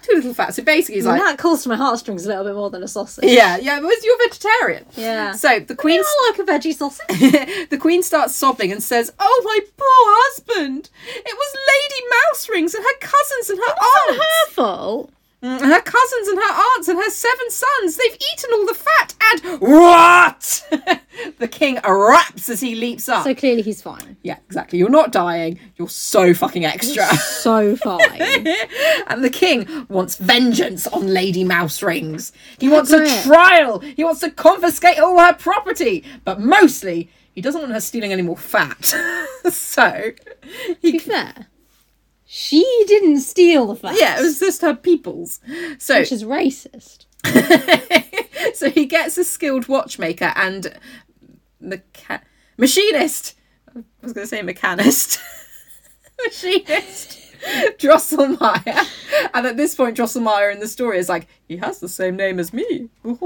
Speaker 3: too little fat. So basically, he's
Speaker 2: I mean,
Speaker 3: like,
Speaker 2: that calls to my heartstrings a little bit more than a sausage.
Speaker 3: yeah, yeah, but you're vegetarian.
Speaker 2: Yeah.
Speaker 3: So the queen,
Speaker 2: I like a veggie sausage.
Speaker 3: the queen starts sobbing and says, "Oh my poor husband! It was Lady Mouse Rings and her cousins and her aunt.
Speaker 2: fault.
Speaker 3: And her cousins and her aunts and her seven sons, they've eaten all the fat and what? the king raps as he leaps up.
Speaker 2: So clearly he's fine.
Speaker 3: yeah, exactly. You're not dying. You're so fucking extra.
Speaker 2: So fine.
Speaker 3: and the king wants vengeance on Lady Mouse Rings. He wants a
Speaker 2: Correct.
Speaker 3: trial. He wants to confiscate all her property. But mostly, he doesn't want her stealing any more fat. so,
Speaker 2: to be fair, she didn't steal the fact,
Speaker 3: yeah, it was just her people's. So,
Speaker 2: which is racist.
Speaker 3: so he gets a skilled watchmaker and mecha- machinist. I was going to say mechanist. machinist. Drosselmeyer. And at this point, Drosselmeyer in the story is like, he has the same name as me.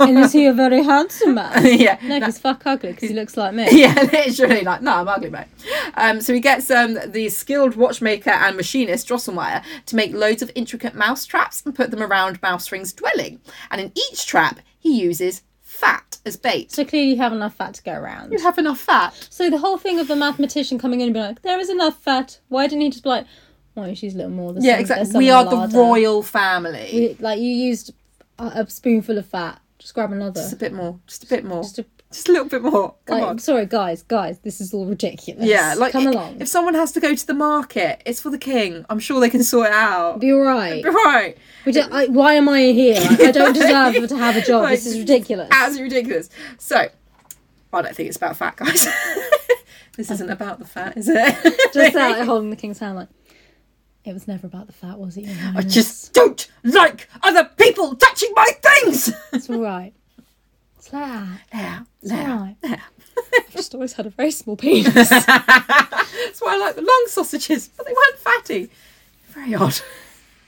Speaker 2: And is he a very handsome man?
Speaker 3: yeah.
Speaker 2: No, he's fuck ugly because he looks like me.
Speaker 3: Yeah, literally, like, no, I'm ugly, mate. Um, so he gets um, the skilled watchmaker and machinist, Drosselmeyer, to make loads of intricate mouse traps and put them around Mouse Ring's dwelling. And in each trap, he uses fat as bait.
Speaker 2: So clearly you have enough fat to go around.
Speaker 3: you have enough fat.
Speaker 2: So the whole thing of the mathematician coming in and being like, there is enough fat. Why didn't he just be like, why she's a little more? There's
Speaker 3: Yeah,
Speaker 2: some- there's
Speaker 3: exactly.
Speaker 2: some
Speaker 3: We are the
Speaker 2: larder."
Speaker 3: royal family.
Speaker 2: You- Like you used a, a spoonful of fat. Just grab another.
Speaker 3: Just a bit more. Just a bit more.
Speaker 2: Just a-
Speaker 3: Just a little bit more. Come
Speaker 2: like,
Speaker 3: on.
Speaker 2: sorry, guys, guys, this is all ridiculous.
Speaker 3: Yeah, like
Speaker 2: come
Speaker 3: i-
Speaker 2: along,
Speaker 3: If someone has to go to the market, it's for the king. I'm sure they can sort it out.
Speaker 2: be all right.
Speaker 3: Right.
Speaker 2: We don't, I, why am I here? Like, I don't deserve to have a job.
Speaker 3: Like,
Speaker 2: this is ridiculous.
Speaker 3: absolutely ridiculous. So, I don't think it's about fat guys. this isn't about the fat, is it?
Speaker 2: Just out holding the king's hand, like it was never about the fat, was it? Your
Speaker 3: I
Speaker 2: Highness?
Speaker 3: just don't like other people touching my things.
Speaker 2: it's all right. It's like that.
Speaker 3: There,
Speaker 2: All
Speaker 3: there.
Speaker 2: right. I've just always had a very small penis.
Speaker 3: That's why I like the long sausages, but they weren't fatty. Very odd.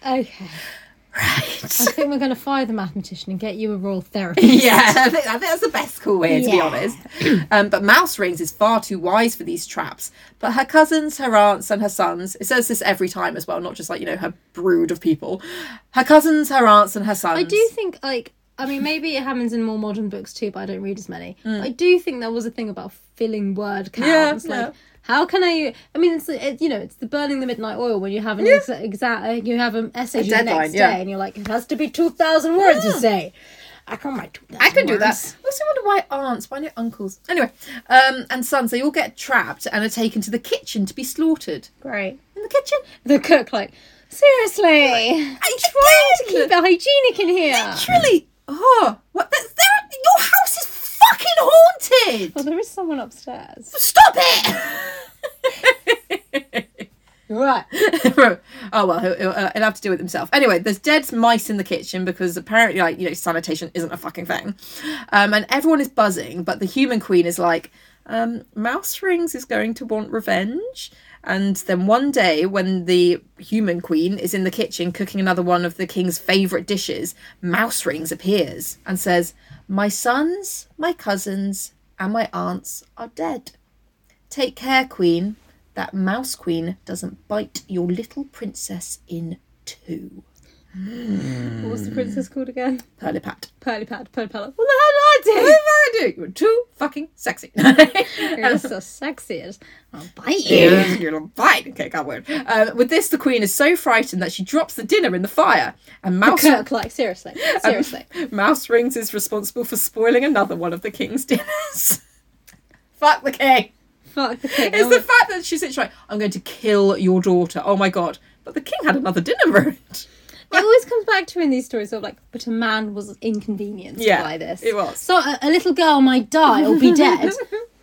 Speaker 2: okay. I
Speaker 3: Right.
Speaker 2: think we're going to fire the mathematician and get you a royal therapist.
Speaker 3: Yeah, I think, I think that's the best cool way, to be
Speaker 2: Yeah.
Speaker 3: honest. Um, but Mouse Rings is far too wise for these traps. But her cousins, her aunts, and her sons, it says this every time as well, not just like, you know, her brood of people. Her cousins, her aunts, and her sons.
Speaker 2: I do think, like, I mean, maybe it happens in more modern books too, but I don't read as many. But I do think there was a thing about filling word counts.
Speaker 3: Mm. Yeah,
Speaker 2: like,
Speaker 3: yeah.
Speaker 2: how can I? I mean, it's it, you know, it's the burning the midnight oil when you have an exa- exact, you have an essay due the
Speaker 3: deadline,
Speaker 2: next
Speaker 3: yeah.
Speaker 2: day, and you're like, it has to be two thousand words. You say, I can write two thousand.
Speaker 3: I could do that. I also wonder why aunts, why no uncles? Anyway, um, and sons, they all get trapped and are taken to the kitchen to be slaughtered.
Speaker 2: Great.
Speaker 3: In the kitchen?
Speaker 2: The cook, like, seriously,
Speaker 3: I tried
Speaker 2: keep it hygienic in here.
Speaker 3: Literally. Oh, what? That's, there, your house is fucking haunted!
Speaker 2: Well, Oh, there is someone upstairs.
Speaker 3: Stop it!
Speaker 2: Right.
Speaker 3: oh well, he'll, he'll, uh, he'll have to do it himself. Anyway, there's dead mice in the kitchen because apparently, like you know, sanitation isn't a fucking thing. Um, and everyone is buzzing, but the human queen is like, um, "Mouse rings is going to want revenge." And then one day, when the human queen is in the kitchen cooking another one of the king's favourite dishes, Mouse Rings appears and says, My sons, my cousins, and my aunts are dead. Take care, Queen, that Mouse Queen doesn't bite your little princess in two. Hmm.
Speaker 2: What was the princess called again?
Speaker 3: Pearly pat.
Speaker 2: Pearly Pat, Pearly Pat. What the hell did I do?
Speaker 3: You're too fucking sexy. And
Speaker 2: You're so sexy. I'll bite you.
Speaker 3: You're not bite. Okay, can't wait. Uh, with this, the queen is so frightened that she drops the dinner in the fire, and Mouse
Speaker 2: Kirk, like, seriously. Seriously.
Speaker 3: Mouse Rings is responsible for spoiling another one of the king's dinners. Fuck the king.
Speaker 2: Fuck the king.
Speaker 3: It's
Speaker 2: I'm
Speaker 3: the
Speaker 2: like,
Speaker 3: fact that she's literally like, I'm going to kill your daughter. Oh my god. But the king had another dinner ruined.
Speaker 2: it always comes back to in these stories of like, but a man was inconvenienced
Speaker 3: Yeah,
Speaker 2: by this.
Speaker 3: it was.
Speaker 2: So a, a little girl might die or be dead,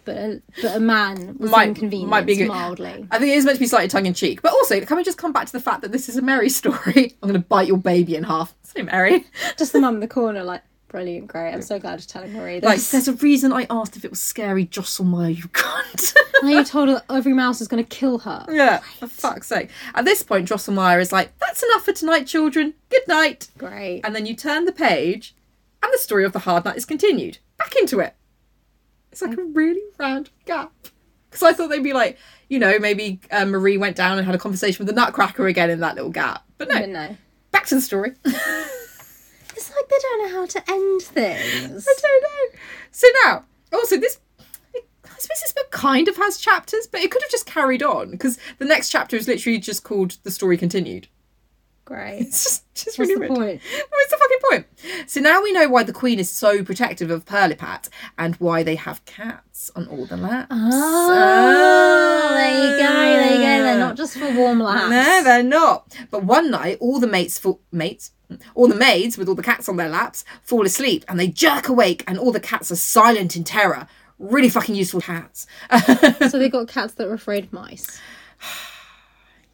Speaker 2: but a, but a man was
Speaker 3: Might-
Speaker 2: inconvenienced
Speaker 3: might be-
Speaker 2: mildly.
Speaker 3: I think it is meant to be slightly tongue in cheek, but also can we just come back to the fact that this is a Mary story? I'm going to bite your baby in half. Say Mary.
Speaker 2: Just the mum in the corner, like, brilliant, great. I'm so glad you're telling Marie
Speaker 3: Like,
Speaker 2: this.
Speaker 3: there's a reason I asked if it was scary, Drosselmeyer. You can't.
Speaker 2: now you told her that every mouse is going to kill her.
Speaker 3: yeah, for fuck's sake. At this point, Drosselmeyer is like, "That's enough for tonight, children. Good night."
Speaker 2: Great.
Speaker 3: And then you turn the page, and the story of the hard night is continued. Back into it. It's like a really round gap. Because I thought they'd be like, you know, maybe uh, Marie went down and had a conversation with the Nutcracker again in that little gap. But no,
Speaker 2: But no.
Speaker 3: back to the story.
Speaker 2: It's like they don't know how to end things.
Speaker 3: I don't know. So now, also this, I suppose this book kind of has chapters, but it could have just carried on because the next chapter is literally just called "The Story Continued."
Speaker 2: Great.
Speaker 3: It's just, just
Speaker 2: What's
Speaker 3: really
Speaker 2: the
Speaker 3: rich.
Speaker 2: point?
Speaker 3: What's the fucking point? So now we know why the Queen is so protective of Perlipat and why they have cats on all the laps.
Speaker 2: Oh, there you go, there you go. They're not just for warm laps.
Speaker 3: No, they're not. But one night, all the mates, fall, mates, all the maids with all the cats on their laps fall asleep, and they jerk awake, and all the cats are silent in terror. Really fucking useful cats.
Speaker 2: so they got cats that were afraid of mice.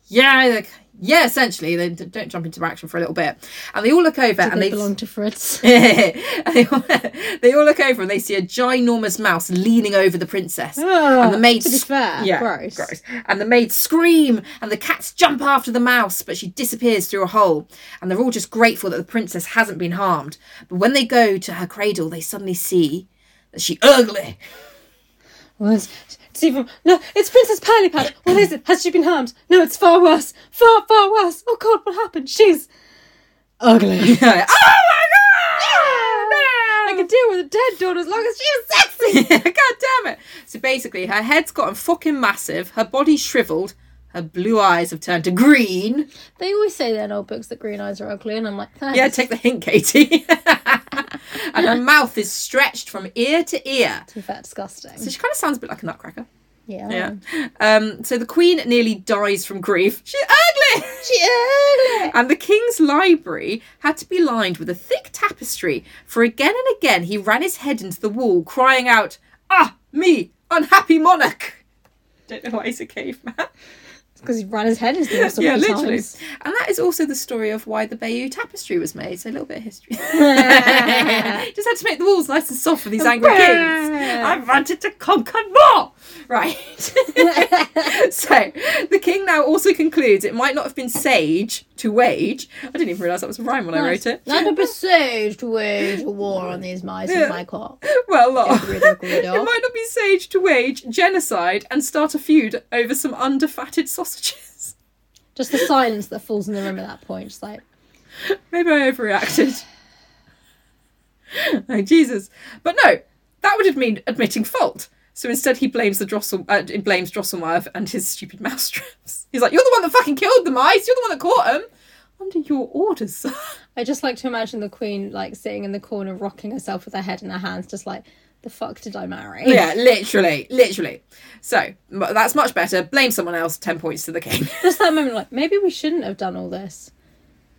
Speaker 3: yeah, they- yeah. Essentially, they d- don't jump into action for a little bit, and they all look over, and
Speaker 2: they
Speaker 3: they.
Speaker 2: belong to Fritz.
Speaker 3: and they, all, they all look over and they see a ginormous mouse leaning over the princess. and the maids
Speaker 2: Ah, to be fair,
Speaker 3: yeah,
Speaker 2: gross.
Speaker 3: And the maids scream, and the cats jump after the mouse, but she disappears through a hole. And they're all just grateful that the princess hasn't been harmed. But when they go to her cradle, they suddenly see that she ugly.
Speaker 2: Was see from no, it's Princess Pallypat. What is it? Has she been harmed? No, it's far worse. Far, far worse. Oh God, what happened? She's ugly.
Speaker 3: oh my
Speaker 2: I can deal with a dead daughter as long as she was sexy.
Speaker 3: god! god damn it! So basically, her head's gotten fucking massive, her body's shriveled, her blue eyes have turned to green.
Speaker 2: They always say that in old books that green eyes are ugly, and I'm like, thanks.
Speaker 3: Yeah, take the hint, Katie. and her mouth is stretched from ear to ear.
Speaker 2: to be fair, disgusting.
Speaker 3: So she kind of sounds a bit like a nutcracker.
Speaker 2: yeah.
Speaker 3: Yeah. Um, so the queen nearly dies from grief. She's ugly.
Speaker 2: She ugly.
Speaker 3: and the king's library had to be lined with a thick tapestry. For again and again he ran his head into the wall, crying out, "Ah, me, unhappy monarch!" Don't know why he's a caveman.
Speaker 2: Because he ran his head into the wall so
Speaker 3: yeah,
Speaker 2: many
Speaker 3: literally.
Speaker 2: times.
Speaker 3: And that is also the story of why the Bayeux tapestry was made. So a little bit of history. Just had to make the walls nice and soft for these angry kings. I wanted to conquer more. Right. so the king now also concludes it might not have been sage to wage. I didn't even realise that was a rhyme when I wrote it.
Speaker 2: Like a presage to wage a war on these mice with my cop.
Speaker 3: Well, lot.
Speaker 2: Get rid of
Speaker 3: It
Speaker 2: Guido.
Speaker 3: might not be sage to wage genocide and start a feud over some underfatted sausages.
Speaker 2: Just the silence that falls in the room at that point. Just like,
Speaker 3: Maybe I overreacted. oh, Jesus. But no, that would have mean admitting fault. So instead, he blames the Drossel, uh, he blames Drosselmeyer and his stupid mousetraps. He's like, "You're the one that fucking killed the mice. You're the one that caught them." Under your orders, sir.
Speaker 2: I just like to imagine the queen like sitting in the corner rocking herself with her head in her hands, just like, the fuck did I marry?
Speaker 3: yeah, literally, literally. So m- that's much better. Blame someone else. Ten points to the king.
Speaker 2: Just that moment, like, maybe we shouldn't have done all this.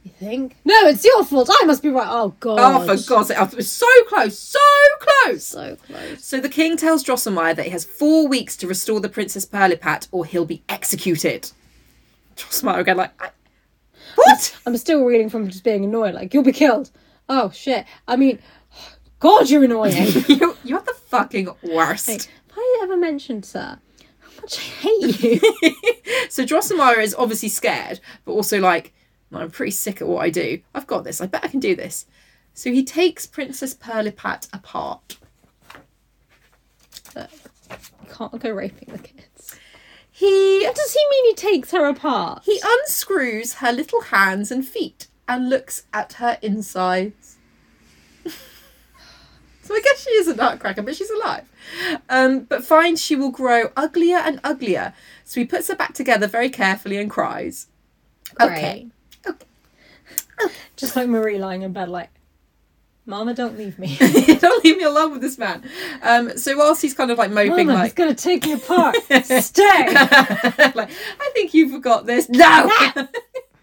Speaker 2: You think? No, it's your fault. I must be right. Oh, God.
Speaker 3: oh, for God's sake! I was so close, so close.
Speaker 2: So close.
Speaker 3: So the king tells Drosselmeyer that he has four weeks to restore the Princess Perlipat or he'll be executed. Drosselmeyer again, like, I, what?
Speaker 2: I'm still reeling from just being annoyed. Like, you'll be killed. Oh, shit. I mean, God, you're annoying.
Speaker 3: you, you're the fucking worst.
Speaker 2: Have I ever mentioned, sir, how much I hate you?
Speaker 3: so Drosselmeyer is obviously scared, but also like, "Well, I'm pretty sick at what I do. I've got this. I bet I can do this. So he takes Princess Perlipat apart.
Speaker 2: You Can't go raping the kids.
Speaker 3: He
Speaker 2: Does he mean he takes her apart?
Speaker 3: he unscrews her little hands and feet and looks at her insides. so I guess she is a nutcracker, but she's alive. Um, but finds she will grow uglier and uglier. So he puts her back together very carefully and cries. Okay. Okay.
Speaker 2: Just like Marie lying in bed, like, Mama, don't leave me.
Speaker 3: Don't leave me alone with this man. Um, so whilst he's kind of like moping,
Speaker 2: Mama, he's
Speaker 3: like,
Speaker 2: gonna take me apart. Stay.
Speaker 3: like, I think you forgot this. No.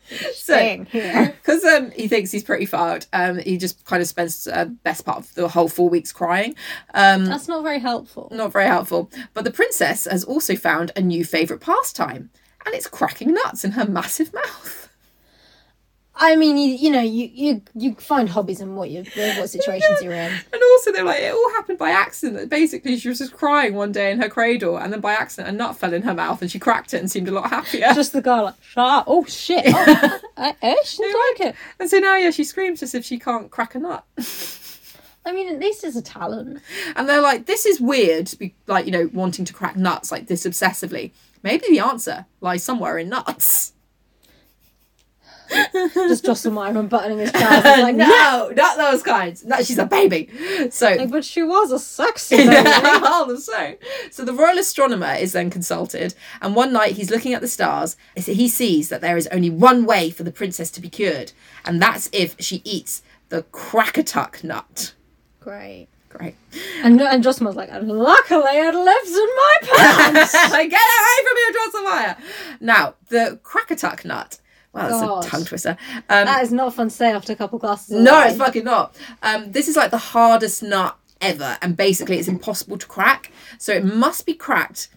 Speaker 3: so,
Speaker 2: Staying here.
Speaker 3: because um, he thinks he's pretty fucked. Um, he just kind of spends uh, best part of the whole four weeks crying. Um,
Speaker 2: That's not very helpful.
Speaker 3: not very helpful. But the princess has also found a new favorite pastime, and it's cracking nuts in her massive mouth.
Speaker 2: I mean, you, you know, you, you you find hobbies in what you what situations you're in.
Speaker 3: And also, they're like, it all happened by accident. Basically, she was just crying one day in her cradle, and then by accident, a nut fell in her mouth, and she cracked it and seemed a lot happier.
Speaker 2: Just the guy, like, shut up. Oh shit. Oh, I, I actually like it.
Speaker 3: And so now, yeah, she screams as if she can't crack a nut.
Speaker 2: I mean, at least it's a talent.
Speaker 3: And they're like, this is weird to be like, you know, wanting to crack nuts like this obsessively. Maybe the answer lies somewhere in nuts.
Speaker 2: just Jocelyn Meyer unbuttoning his trousers. Like, no.
Speaker 3: no, not those kinds. No, she's a baby. So.
Speaker 2: Like, but she was a sexy baby.
Speaker 3: Yeah, all the same. So the royal astronomer is then consulted, and one night he's looking at the stars. as He sees that there is only one way for the princess to be cured, and that's if she eats the Krakatuck nut.
Speaker 2: Great.
Speaker 3: Great.
Speaker 2: And and Jocelyn was like, and luckily it lives in my pants.
Speaker 3: like, get away from me, Drosselmeyer! Now, the Krakatuck nut. Wow, that's
Speaker 2: God.
Speaker 3: a tongue twister. Um,
Speaker 2: that is not fun to say after a couple glasses. Of
Speaker 3: no,
Speaker 2: wine.
Speaker 3: it's fucking not. Um, this is like the hardest nut ever, and basically it's impossible to crack. So it must be cracked.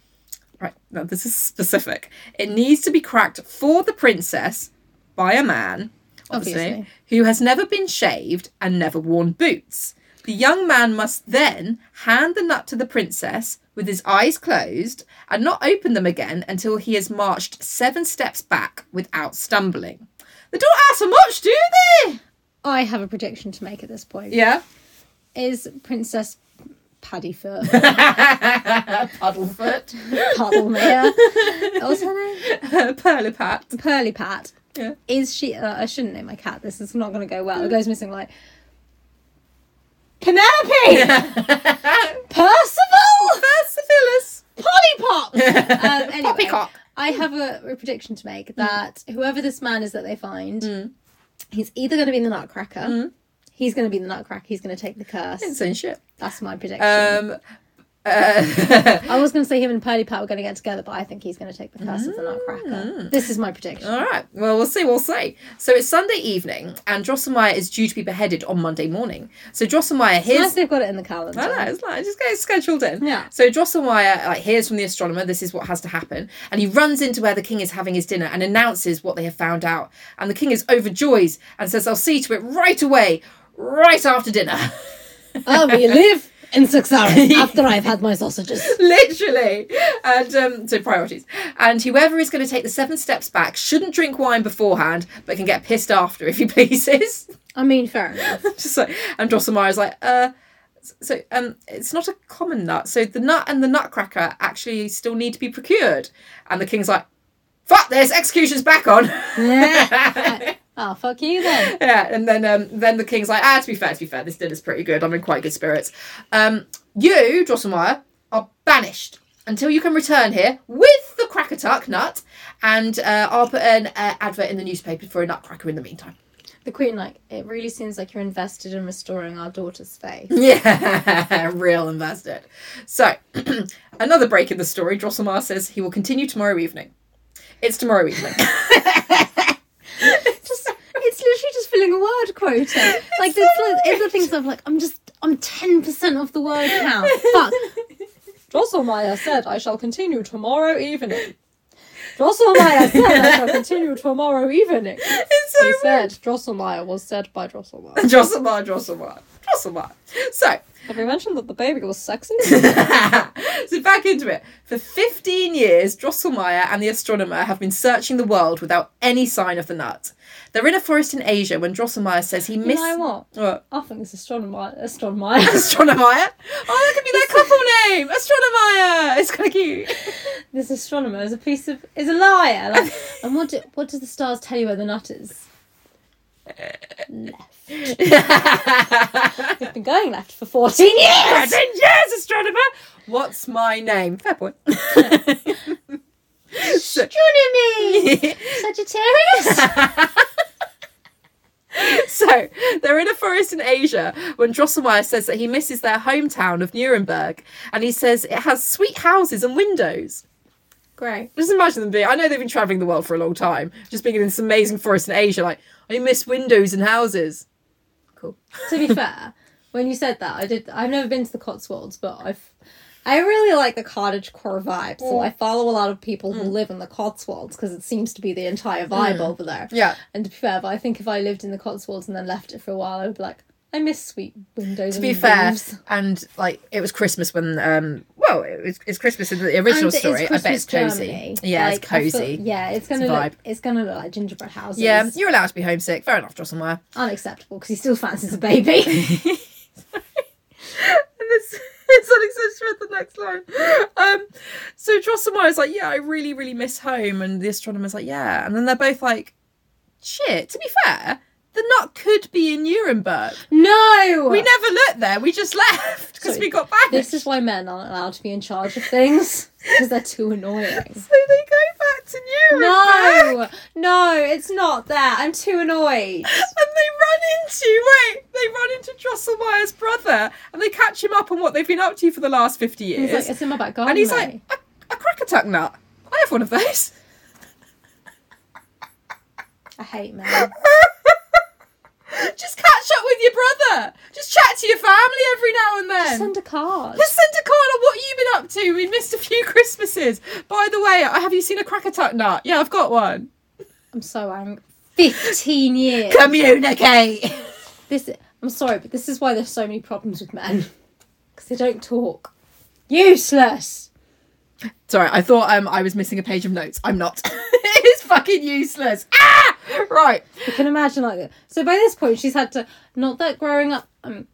Speaker 3: Right, no, this is specific. It needs to be cracked for the princess by a man, obviously,
Speaker 2: Obviously.
Speaker 3: who has never been shaved and never worn boots. The young man must then hand the nut to the princess with his eyes closed and not open them again until he has marched seven steps back without stumbling. They don't ask for much, do they?
Speaker 2: I have a prediction to make at this point.
Speaker 3: Yeah.
Speaker 2: Is Princess Paddyfoot
Speaker 3: Puddlefoot.
Speaker 2: Puddlemere? what was her name?
Speaker 3: Pearly Pat.
Speaker 2: Pearly Pat.
Speaker 3: Yeah. Mm.
Speaker 2: Is she? Uh, I shouldn't name my cat. This is not going to go well. It goes missing like Penelope, Percival,
Speaker 3: Perciphilus.
Speaker 2: Pollypop. um, anyway,
Speaker 3: Poppycock.
Speaker 2: I have a, a prediction to make that whoever this man is that they find, he's either going to be the Nutcracker. He's going to be the Nutcracker. He's going to take the curse.
Speaker 3: Insane shit.
Speaker 2: That's my prediction.
Speaker 3: Um, uh,
Speaker 2: I was going to say him and Purdy Pat were going to get together, but I think he's going to take the curse of the Nutcracker. This is my prediction.
Speaker 3: all right. Well, we'll see. We'll see. So it's Sunday evening, and Drosselmeyer is due to be beheaded on Monday morning. So Drosselmeyer
Speaker 2: It's
Speaker 3: hears
Speaker 2: nice they've got it in the calendar.
Speaker 3: I know, it's like, just get it scheduled in.
Speaker 2: Yeah.
Speaker 3: So Drosselmeyer like, hears from the astronomer, this is what has to happen. And he runs into where the king is having his dinner and announces what they have found out. And the king is overjoyed and says, I'll see to it right away, right after dinner.
Speaker 2: I will live in six hours after I've had my sausages.
Speaker 3: Literally. And um, so priorities. And whoever is going to take the seven steps back shouldn't drink wine beforehand, but can get pissed after if he pleases.
Speaker 2: I mean, fair enough.
Speaker 3: just like, and Drosselmeyer's like, uh, so um, it's not a common nut. So the nut and the nutcracker actually still need to be procured. And the king's like, fuck this, execution's back on. yeah,
Speaker 2: Oh, fuck you then.
Speaker 3: and then um, then the king's like, ah, to be fair, to be fair, this dinner's pretty good. I'm in quite good spirits. Um, you, Drosselmeyer, are banished until you can return here with the Crackertuck nut, and uh, I'll put an uh, advert in the newspaper for a nutcracker in the meantime.
Speaker 2: The Queen, like, it really seems like you're invested in restoring our daughter's faith.
Speaker 3: Yeah, real invested. So, another break in the story. Drosselmeyer says he will continue tomorrow evening. It's tomorrow evening.
Speaker 2: just, it's literally just filling a word quota. Like, it's, like, it's the things of like, I'm just, I'm 10% off the word count. Fuck. Drosselmeyer said, I shall continue tomorrow evening. Drosselmeyer said, I shall continue tomorrow evening.
Speaker 3: it's so
Speaker 2: He said, Drosselmeyer was said by Drosselmeyer.
Speaker 3: Drosselmeyer, Drosselmeyer, Drosselmeyer. So,
Speaker 2: Have we mentioned that the baby was sexy?
Speaker 3: so back into it. For 15 years, Drosselmeyer and the astronomer have been searching the world without any sign of the nut. They're in a forest in Asia when Drosselmeyer says he
Speaker 2: You
Speaker 3: missed.
Speaker 2: know what?
Speaker 3: What?
Speaker 2: I think it's astronomer, astronomer.
Speaker 3: Astronomeyer? Oh, that could be their couple name! Astronomeyer! It's kind of cute.
Speaker 2: this astronomer is a piece of is a liar. Like, and what do, what do the stars tell you where the nut is? Left. We've been going left for fourteen years.
Speaker 3: yes, astronomer. What's my name? Fair point. so,
Speaker 2: Astronomy, Sagittarius.
Speaker 3: so they're in a forest in Asia when Drosselmeyer says that he misses their hometown of Nuremberg, and he says it has sweet houses and windows.
Speaker 2: Great.
Speaker 3: Just imagine them being. I know they've been traveling the world for a long time, just being in this amazing forest in Asia. Like I miss windows and houses. Cool.
Speaker 2: To be fair, when you said that, I did. I've never been to the Cotswolds, but I've. I really like the cottage core vibe, so
Speaker 3: Mm.
Speaker 2: I follow a lot of people who live in the Cotswolds because it seems to be the entire vibe over there.
Speaker 3: Mm. Yeah.
Speaker 2: And to be fair, but I think if I lived in the Cotswolds and then left it for a while, I would be like, I miss sweet windows.
Speaker 3: To be fair, and like it was Christmas when um well it was, it's Christmas in the original story. I bet it's cozy. Yeah, it's cozy.
Speaker 2: yeah, it's gonna
Speaker 3: It's a
Speaker 2: look.
Speaker 3: vibe.
Speaker 2: It's gonna look like gingerbread houses.
Speaker 3: Yeah, you're allowed to be homesick. Fair enough, Drosselmeyer.
Speaker 2: unacceptable because he still fancies a baby.
Speaker 3: And this it's unacceptable at the next line. Um, so Drosselmeyer's like, yeah, I really, really miss home, and the astronomer's like, yeah, and then they're both like, shit, to be fair, the nut could be in Nuremberg.
Speaker 2: No!
Speaker 3: We never looked there. We just left because
Speaker 2: So
Speaker 3: we got back.
Speaker 2: This is why men aren't allowed to be in charge of things because they're too annoying.
Speaker 3: So they go back to Nuremberg.
Speaker 2: No, no, it's not that. I'm too annoyed.
Speaker 3: And they run into wait, they run into Drosselmeyer's brother, and they catch him up on what they've been up to for the last fifty years.
Speaker 2: He's like, it's in my back garden.
Speaker 3: and he's
Speaker 2: mate."
Speaker 3: like, a, a cracker tuck nut. I have one of those.
Speaker 2: I hate men.
Speaker 3: Just catch up with your brother. Just chat to your family every now and then.
Speaker 2: Send a card.
Speaker 3: Just send a card on what you've been up to. We missed a few Christmases. By the way, uh, have you seen a cracker tuck nut? Yeah, I've got one.
Speaker 2: I'm so angry. 15 years.
Speaker 3: Communicate.
Speaker 2: This, I'm sorry, but this is why there's so many problems with men because they don't talk. Useless.
Speaker 3: Sorry, I thought um, I was missing a page of notes. I'm not. it's fucking useless. Ah! Right.
Speaker 2: You can imagine like that. So by this point, she's had to. Not that growing up. I mean,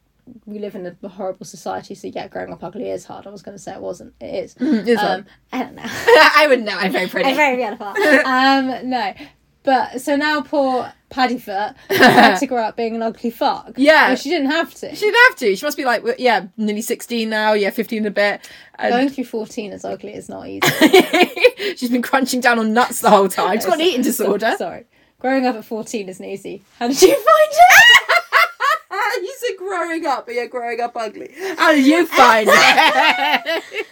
Speaker 2: we live in a horrible society, so yeah, growing up ugly is hard. I was going to say it wasn't. It is.
Speaker 3: it's Mm-hmm, hard.
Speaker 2: um, I don't know.
Speaker 3: I wouldn't know. I'm very pretty.
Speaker 2: I'm very beautiful. um, no. But so now poor Paddyfoot had to grow up being an ugly fuck.
Speaker 3: Yeah.
Speaker 2: Well, she didn't have to.
Speaker 3: She'd have to. She must be like, well, yeah, nearly 16 now. Yeah, 15 a bit. And
Speaker 2: Going through 14 as ugly is not easy.
Speaker 3: she's been crunching down on nuts the whole time. She's got an eating disorder.
Speaker 2: Sorry. Growing up at 14 isn't easy. How did you find
Speaker 3: you said growing up, but yeah, growing up ugly. How did Oh, you find it?
Speaker 2: it?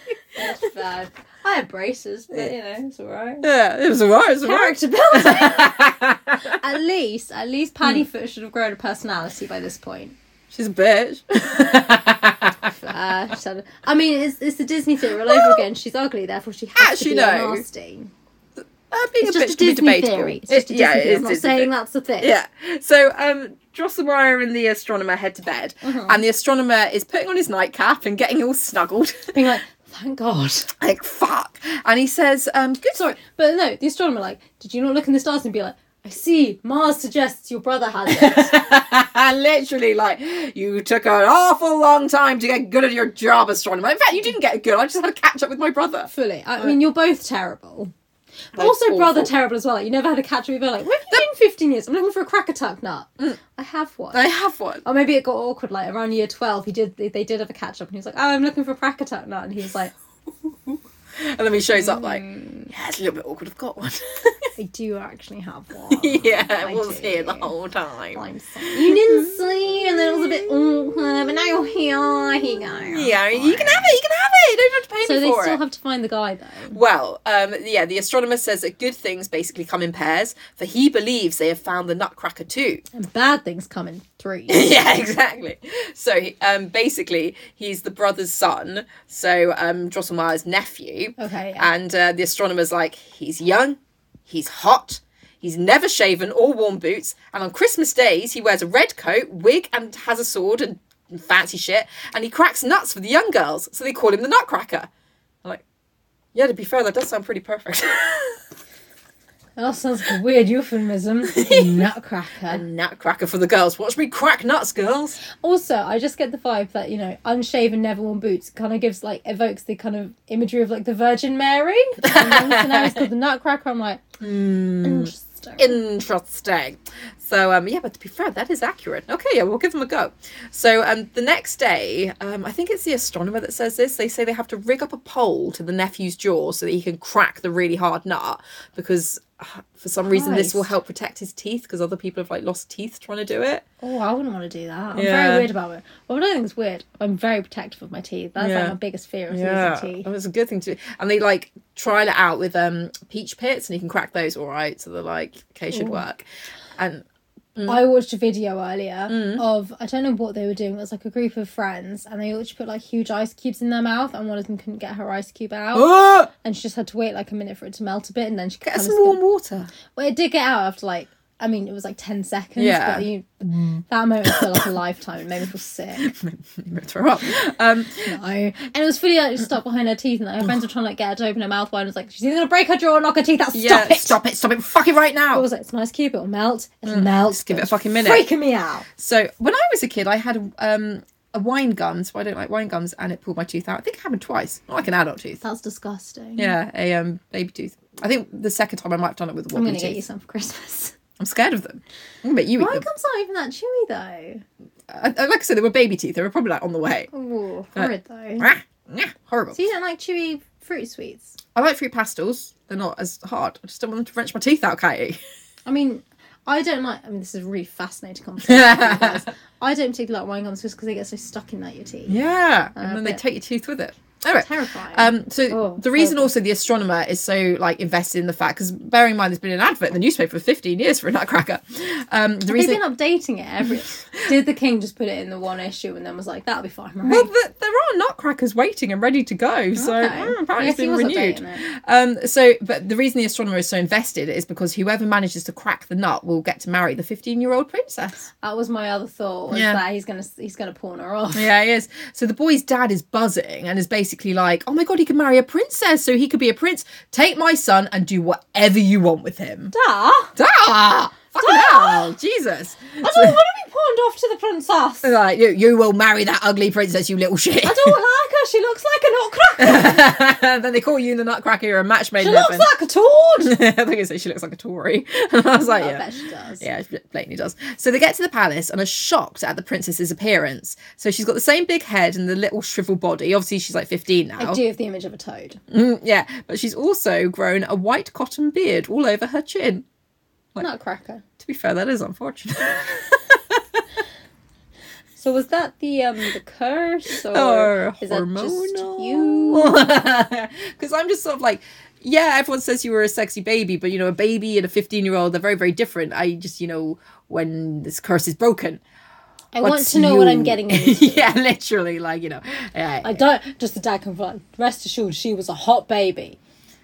Speaker 2: Bad. I had braces, but you know, it's alright.
Speaker 3: yeah, it was alright. It was alright.
Speaker 2: Character building.
Speaker 3: She's
Speaker 2: at least, at least
Speaker 3: Hmm.
Speaker 2: Paddyfoot should have grown a personality by this point.
Speaker 3: a bitch.
Speaker 2: Uh, she's had- I mean, it's, it's the Disney theory all over again. She's ugly, therefore she has
Speaker 3: Actually,
Speaker 2: to be
Speaker 3: no.
Speaker 2: nasty.
Speaker 3: Uh, being
Speaker 2: It's
Speaker 3: a bitch
Speaker 2: just a
Speaker 3: can be
Speaker 2: Disney
Speaker 3: debatable.
Speaker 2: theory. It's
Speaker 3: It-
Speaker 2: just a Disney
Speaker 3: yeah,
Speaker 2: theory.
Speaker 3: it
Speaker 2: I'm
Speaker 3: is
Speaker 2: not
Speaker 3: Disney
Speaker 2: saying
Speaker 3: theory.
Speaker 2: that's a thing.
Speaker 3: Yeah. So um Drosselmeyer and the astronomer head to bed,
Speaker 2: Mm-hmm.
Speaker 3: and the astronomer is putting on his nightcap and getting all snuggled,
Speaker 2: Being like, thank God.
Speaker 3: like fuck. And he says, um, "Good."
Speaker 2: Sorry, but no, the astronomer, like, did you not look in the stars and be like, I see, Mars suggests your brother has it.
Speaker 3: Literally, like you took an awful long time to get good at your job, astronomer. In fact, you didn't get good. I just had to catch up with my brother.
Speaker 2: Fully. I mean, you're both terrible. But
Speaker 3: Both
Speaker 2: also, brother,
Speaker 3: awful.
Speaker 2: terrible as well. Like, you never had a catch with your brother. Like, where have you been 15 years? I'm looking for a cracker tuck nut. I have one.
Speaker 3: Mm. I have one.
Speaker 2: or Oh, maybe it got awkward. Like around year twelve, he did. They, they did have a catch up, and he was like, "Oh, I'm looking for a cracker tuck nut," and he was like,
Speaker 3: And then he shows up like,
Speaker 2: Mm.
Speaker 3: yeah, it's a little bit awkward. I've got one.
Speaker 2: "I do actually have one."
Speaker 3: yeah,
Speaker 2: Oh, I
Speaker 3: it was
Speaker 2: do.
Speaker 3: here the whole time.
Speaker 2: I'm sorry. You didn't see, and then it was a bit awkward, but now you're here. Here you go.
Speaker 3: yeah, you can have it. You can have it. You don't have to pay
Speaker 2: So
Speaker 3: me
Speaker 2: they
Speaker 3: for
Speaker 2: still
Speaker 3: it.
Speaker 2: have to find the guy though.
Speaker 3: Well, um, yeah, the astronomer says that good things basically come in pairs, for he believes they have found the nutcracker too.
Speaker 2: And bad things come in three.
Speaker 3: yeah, exactly. So he- um, basically, he's the brother's son, so um, Drosselmeyer's nephew.
Speaker 2: Okay, yeah.
Speaker 3: And uh, the astronomer's like, he's young, he's hot, he's never shaven or worn boots, and on Christmas days, he wears a red coat, wig, and has a sword and fancy shit, and he cracks nuts for the young girls, so they call him the nutcracker. I'm like, yeah, to be fair, that does sound pretty perfect.
Speaker 2: That all sounds like a weird euphemism. Nutcracker.
Speaker 3: nutcracker for the girls. Watch me crack nuts, girls.
Speaker 2: Also, I just get the vibe that, you know, unshaven, never worn boots kind of gives, like, evokes the kind of imagery of, like, the Virgin Mary. And then also now it's called the Nutcracker. I'm like,
Speaker 3: Hmm.
Speaker 2: interesting.
Speaker 3: Interesting. So um, yeah, but to be fair, that is accurate. Okay, yeah, we'll give them a go. So um, the next day, um, I think it's the astronomer that says this. They say they have to rig up a pole to the nephew's jaw so that he can crack the really hard nut because uh, for some reason this will
Speaker 2: Christ.
Speaker 3: help protect his teeth because other people have like lost teeth trying to do it.
Speaker 2: Oh, I wouldn't want to do that. I'm
Speaker 3: Yeah.
Speaker 2: very weird about it. Well, I don't think it's weird. I'm very protective of my teeth. That's,
Speaker 3: Yeah.
Speaker 2: like, my biggest fear is losing teeth.
Speaker 3: it was a good thing to. do. And they like trial it out with um peach pits and you can crack those all right. So they're like, okay, should work. And Mm.
Speaker 2: I watched a video earlier of I don't know what they were doing. It was like a group of friends, and they all just put like huge ice cubes in their mouth, and one of them couldn't get her ice cube out,
Speaker 3: Ah!
Speaker 2: and she just had to wait like a minute for it to melt a bit, and then she could
Speaker 3: Get
Speaker 2: kind of
Speaker 3: some
Speaker 2: scoop-
Speaker 3: warm water.
Speaker 2: Well, it did get out after like I mean it was like ten seconds.
Speaker 3: Yeah.
Speaker 2: but you, that moment felt like a lifetime. It made me feel sick.
Speaker 3: I'm gonna throw up. Um,
Speaker 2: No, and it was fully like just stuck behind her teeth, and like, her friends were trying to like get her to open her mouth wide. And was like she's either gonna break her jaw or knock her teeth out. Stop
Speaker 3: yeah,
Speaker 2: it!
Speaker 3: stop it, stop it, fuck it right
Speaker 2: I
Speaker 3: now.
Speaker 2: was like, it's a nice cube. It'll melt. It'll melt. Just
Speaker 3: give it a fucking minute.
Speaker 2: Freaking me out.
Speaker 3: So when I was a kid, I had um a wine gum, so I don't like wine gums, and it pulled my tooth out. I think it happened twice, not like an adult tooth.
Speaker 2: That's disgusting.
Speaker 3: Yeah, a um baby tooth. I think the second time I might have done it with a
Speaker 2: I'm
Speaker 3: wobbly
Speaker 2: gonna get you
Speaker 3: tooth.
Speaker 2: some for Christmas.
Speaker 3: I'm scared of them. But you eat them.
Speaker 2: Michael's not even that chewy
Speaker 3: I- I- like I said, they were baby teeth. They were probably like on the way.
Speaker 2: though. Ooh, horrid though.
Speaker 3: Ah, yeah, horrible.
Speaker 2: So you don't like chewy fruit sweets?
Speaker 3: I like fruit pastels. They're not as hard. I just don't want them to wrench my teeth out, Katie.
Speaker 2: I mean, I don't like. I mean, this is a really fascinating conversation. because I don't particularly like wine gums just because they get so stuck in that your teeth.
Speaker 3: Yeah, and
Speaker 2: Uh,
Speaker 3: then they
Speaker 2: but-
Speaker 3: take your teeth with it. Anyway,
Speaker 2: Terrifying.
Speaker 3: Um, so
Speaker 2: Oh,
Speaker 3: the reason
Speaker 2: horrible.
Speaker 3: also the astronomer is so like invested in the fact because bearing in mind there's been an advert in the newspaper for 15 years for a nutcracker. Um, the
Speaker 2: They've
Speaker 3: reason
Speaker 2: been updating it every. Did the king just put it in the one issue and then was like, "That'll be fine, right?"
Speaker 3: well, th- there are nutcrackers waiting and ready to go, so
Speaker 2: Okay.
Speaker 3: mm,
Speaker 2: I
Speaker 3: apparently
Speaker 2: guess
Speaker 3: it's
Speaker 2: he
Speaker 3: been
Speaker 2: was
Speaker 3: renewed.
Speaker 2: updating it.
Speaker 3: Um, so, but the reason the astronomer is so invested is because whoever manages to crack the nut will get to marry the 15 year old princess.
Speaker 2: That was my other thought. Was
Speaker 3: Yeah.
Speaker 2: that he's gonna he's gonna pawn her off.
Speaker 3: Yeah, he is. So the boy's dad is buzzing and is basically like, oh my god, he could marry a princess, so he could be a prince. Take my son and do whatever you want with him.
Speaker 2: Duh.
Speaker 3: Ah! Fucking
Speaker 2: Ah!
Speaker 3: hell, Jesus.
Speaker 2: I don't want to be pawned off to the princess. I
Speaker 3: Like, you, you will marry that ugly princess, you little shit.
Speaker 2: don't like her. She looks like a nutcracker.
Speaker 3: then they call you the Nutcracker, you're a match made
Speaker 2: She
Speaker 3: in
Speaker 2: looks
Speaker 3: heaven.
Speaker 2: like a toad.
Speaker 3: I think they say she looks like a Tory. And I was like,
Speaker 2: I
Speaker 3: yeah.
Speaker 2: bet she does.
Speaker 3: Yeah, she blatantly does. So they get to the palace and are shocked at the princess's appearance. So she's got the same big head and the little shriveled body. Obviously, she's like 15 now.
Speaker 2: I do have the image of a toad.
Speaker 3: Mm, yeah, but she's also grown a white cotton beard all over her chin.
Speaker 2: Nutcracker.
Speaker 3: To be fair, that is unfortunate.
Speaker 2: So was that the um the curse or,
Speaker 3: or
Speaker 2: is that just you?
Speaker 3: hormonal. Because I'm just sort of like, yeah, everyone says you were a sexy baby, but you know, a baby and a 15 year old, they're very, very different. I just, you know, when this curse is broken.
Speaker 2: I want
Speaker 3: what's
Speaker 2: to know what
Speaker 3: you?
Speaker 2: I'm getting into.
Speaker 3: yeah, literally, like, you know. yeah.
Speaker 2: I don't. Just the dad confront. Rest assured, she was a hot baby.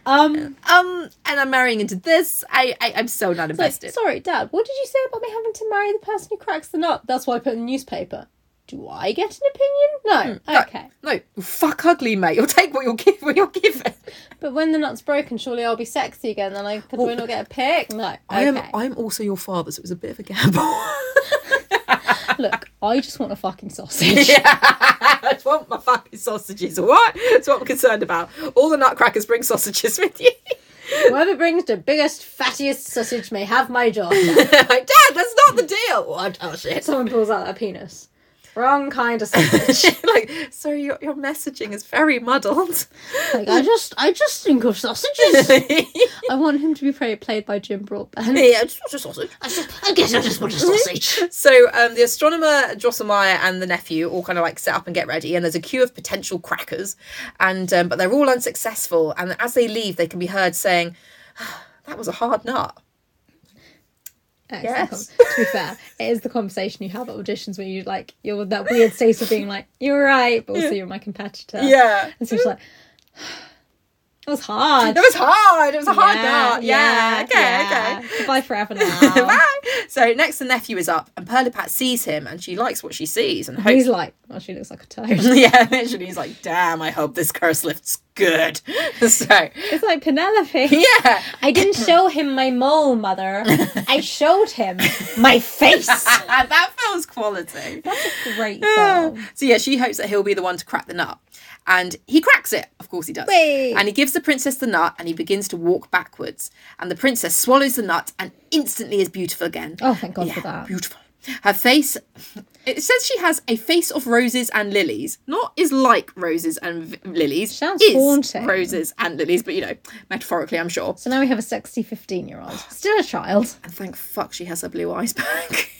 Speaker 2: Um,
Speaker 3: um, and I'm marrying into this. I, I I'm so not
Speaker 2: like,
Speaker 3: invested.
Speaker 2: sorry, dad. What did you say about me having to marry the person who cracks the nut? That's why I put in the newspaper. Do I get an opinion? No. okay.
Speaker 3: No, fuck ugly, mate. You'll take what you're given. What you're given.
Speaker 2: But when the nut's broken, surely I'll be sexy again. Then I could win or get a pick. No. Okay.
Speaker 3: I am. I'm also your father, so it was a bit of a gamble.
Speaker 2: Look, I just want a fucking sausage.
Speaker 3: Yeah, I just want my fucking sausages, alright? That's what I'm concerned about. All the nutcrackers bring sausages with you.
Speaker 2: Whoever brings the biggest, fattiest sausage may have my job.
Speaker 3: like, Dad, that's not the deal. Oh, I'm- oh shit.
Speaker 2: Someone pulls out that penis. Wrong kind of sausage.
Speaker 3: like, sorry, your, your messaging is very muddled.
Speaker 2: like, I just, I just think of sausages. I want him to be play, played by Jim Broadbent.
Speaker 3: yeah, just want a sausage.
Speaker 2: I guess I just want a sausage.
Speaker 3: So um, the astronomer Drosselmeyer and the nephew all kind of like set up and get ready, and there's a queue of potential crackers, and um, but they're all unsuccessful. And as they leave, they can be heard saying, "Ah, "That was a hard nut."
Speaker 2: Excellent.
Speaker 3: Yes.
Speaker 2: com- To be fair, it is the conversation you have at auditions where you like you're that weird state of being like you're right, but also you're my competitor.
Speaker 3: Yeah,
Speaker 2: And so she's like, that was hard.
Speaker 3: It was hard. It was a hard nut. Yeah. okay. Okay.
Speaker 2: yeah. Goodbye forever now.
Speaker 3: Bye. So next, the nephew is up, and Perlipat sees him, and she likes what she sees, and hopes.
Speaker 2: He's like, oh, she looks like a toad.
Speaker 3: yeah, literally, he's like, "Damn, I hope this curse lifts good." so
Speaker 2: It's like Penelope.
Speaker 3: yeah,
Speaker 2: I didn't show him my mole, mother. I showed him my face.
Speaker 3: that feels quality.
Speaker 2: Great
Speaker 3: Yeah.
Speaker 2: film.
Speaker 3: So yeah, she hopes that he'll be the one to crack the nut. And he cracks it. Of course he does.
Speaker 2: Whey.
Speaker 3: And he gives the princess the nut and he begins to walk backwards. And the princess swallows the nut and instantly is beautiful again.
Speaker 2: Oh, thank God for
Speaker 3: Yeah,
Speaker 2: that.
Speaker 3: Beautiful. Her face it says she has a face of roses and lilies. Not is like roses and v- lilies.
Speaker 2: Sounds
Speaker 3: is
Speaker 2: haunting.
Speaker 3: Roses and lilies, but you know, metaphorically I'm sure.
Speaker 2: So now we have a sexy 15 year old. Still a child.
Speaker 3: And thank fuck she has her blue eyes back.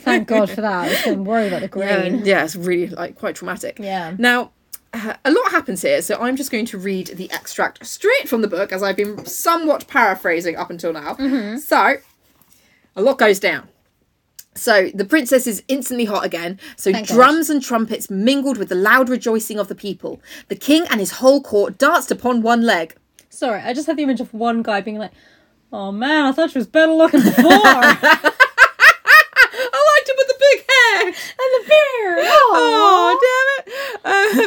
Speaker 2: Thank God for that. I was going to worry about the green.
Speaker 3: Um, yeah, it's really like quite traumatic.
Speaker 2: Yeah.
Speaker 3: Now, uh, a lot happens here, so I'm just going to read the extract straight from the book as I've been somewhat paraphrasing up until now.
Speaker 2: Mm-hmm.
Speaker 3: So, a lot goes down. So the princess is instantly hot again. So
Speaker 2: Thank God.
Speaker 3: drums and trumpets mingled with the loud rejoicing of the people. The king and his whole court danced upon one leg.
Speaker 2: Sorry, I just had the image of one guy being like, oh man, I thought she was better looking before. and the
Speaker 3: I liked him with the big hair.
Speaker 2: bear. Oh.
Speaker 3: Oh, damn it!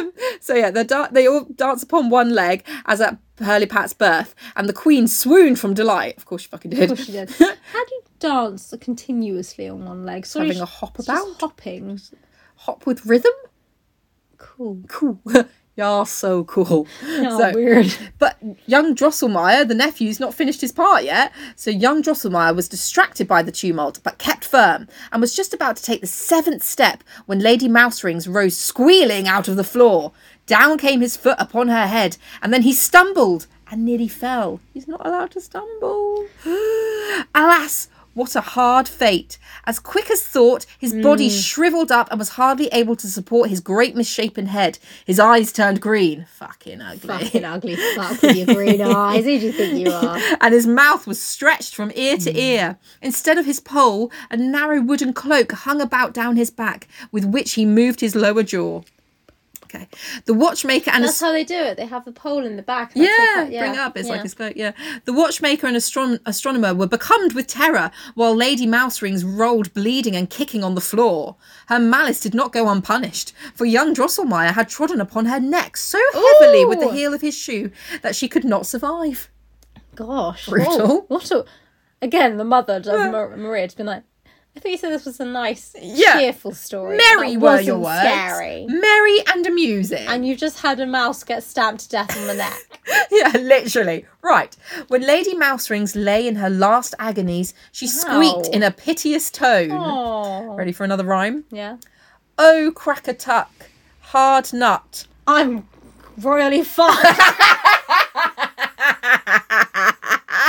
Speaker 3: Um, so yeah, they da- they all dance upon one leg as at Pearly Pat's birth, and the queen swooned from delight. Of course, she fucking did.
Speaker 2: She did. How do you dance continuously on one leg? Sorry,
Speaker 3: Having a
Speaker 2: she-
Speaker 3: hop
Speaker 2: it's just
Speaker 3: about?
Speaker 2: Hopping.
Speaker 3: Hop with rhythm.
Speaker 2: Cool.
Speaker 3: Cool. Y'all so cool.
Speaker 2: Oh,
Speaker 3: So-
Speaker 2: weird.
Speaker 3: But young Drosselmeyer, the nephew's not finished his part yet. So young Drosselmeyer was distracted by the tumult, but kept firm, and was just about to take the seventh step when Lady Mouserings rose squealing out of the floor. Down came his foot upon her head, and then he stumbled and nearly fell. He's not allowed to stumble. Alas! What a hard fate! As quick as thought, his body
Speaker 2: Hmm.
Speaker 3: shriveled up and was hardly able to support his great misshapen head. His eyes turned green. Fucking ugly
Speaker 2: Fucking ugly fuck with your green eyes. Who do you think you are?
Speaker 3: and his mouth was stretched from ear to
Speaker 2: Hmm.
Speaker 3: ear. Instead of his pole, a narrow wooden cloak hung about down his back, with which he moved his lower jaw. Okay. The watchmaker and a
Speaker 2: That's how they do it. They have the pole in the back. and
Speaker 3: yeah,
Speaker 2: that's like that-
Speaker 3: bring it up. It's
Speaker 2: yeah.
Speaker 3: like his cloak. Yeah, the watchmaker and astron- astronomer were becomed with terror while Lady Mouserings rolled bleeding and kicking on the floor. Her malice did not go unpunished, for young Drosselmeyer had trodden upon her neck so heavily with the
Speaker 2: Ooh.
Speaker 3: heel of his shoe that she could not survive.
Speaker 2: Gosh.
Speaker 3: Brutal.
Speaker 2: whoa, What a. Again, the mother of Mar- Maria has been like, I thought you said this was a nice,
Speaker 3: Yeah.
Speaker 2: cheerful story.
Speaker 3: Merry
Speaker 2: that
Speaker 3: were your
Speaker 2: wasn't
Speaker 3: words.
Speaker 2: Scary.
Speaker 3: Merry and amusing.
Speaker 2: And you just had a mouse get stabbed to death on the neck.
Speaker 3: yeah, literally. Right. When Lady Mouserings lay in her last agonies, she squeaked
Speaker 2: Ow.
Speaker 3: in a piteous tone.
Speaker 2: Oh.
Speaker 3: Ready for another rhyme?
Speaker 2: Yeah.
Speaker 3: Oh, crack a tuck, hard nut.
Speaker 2: I'm royally fucked.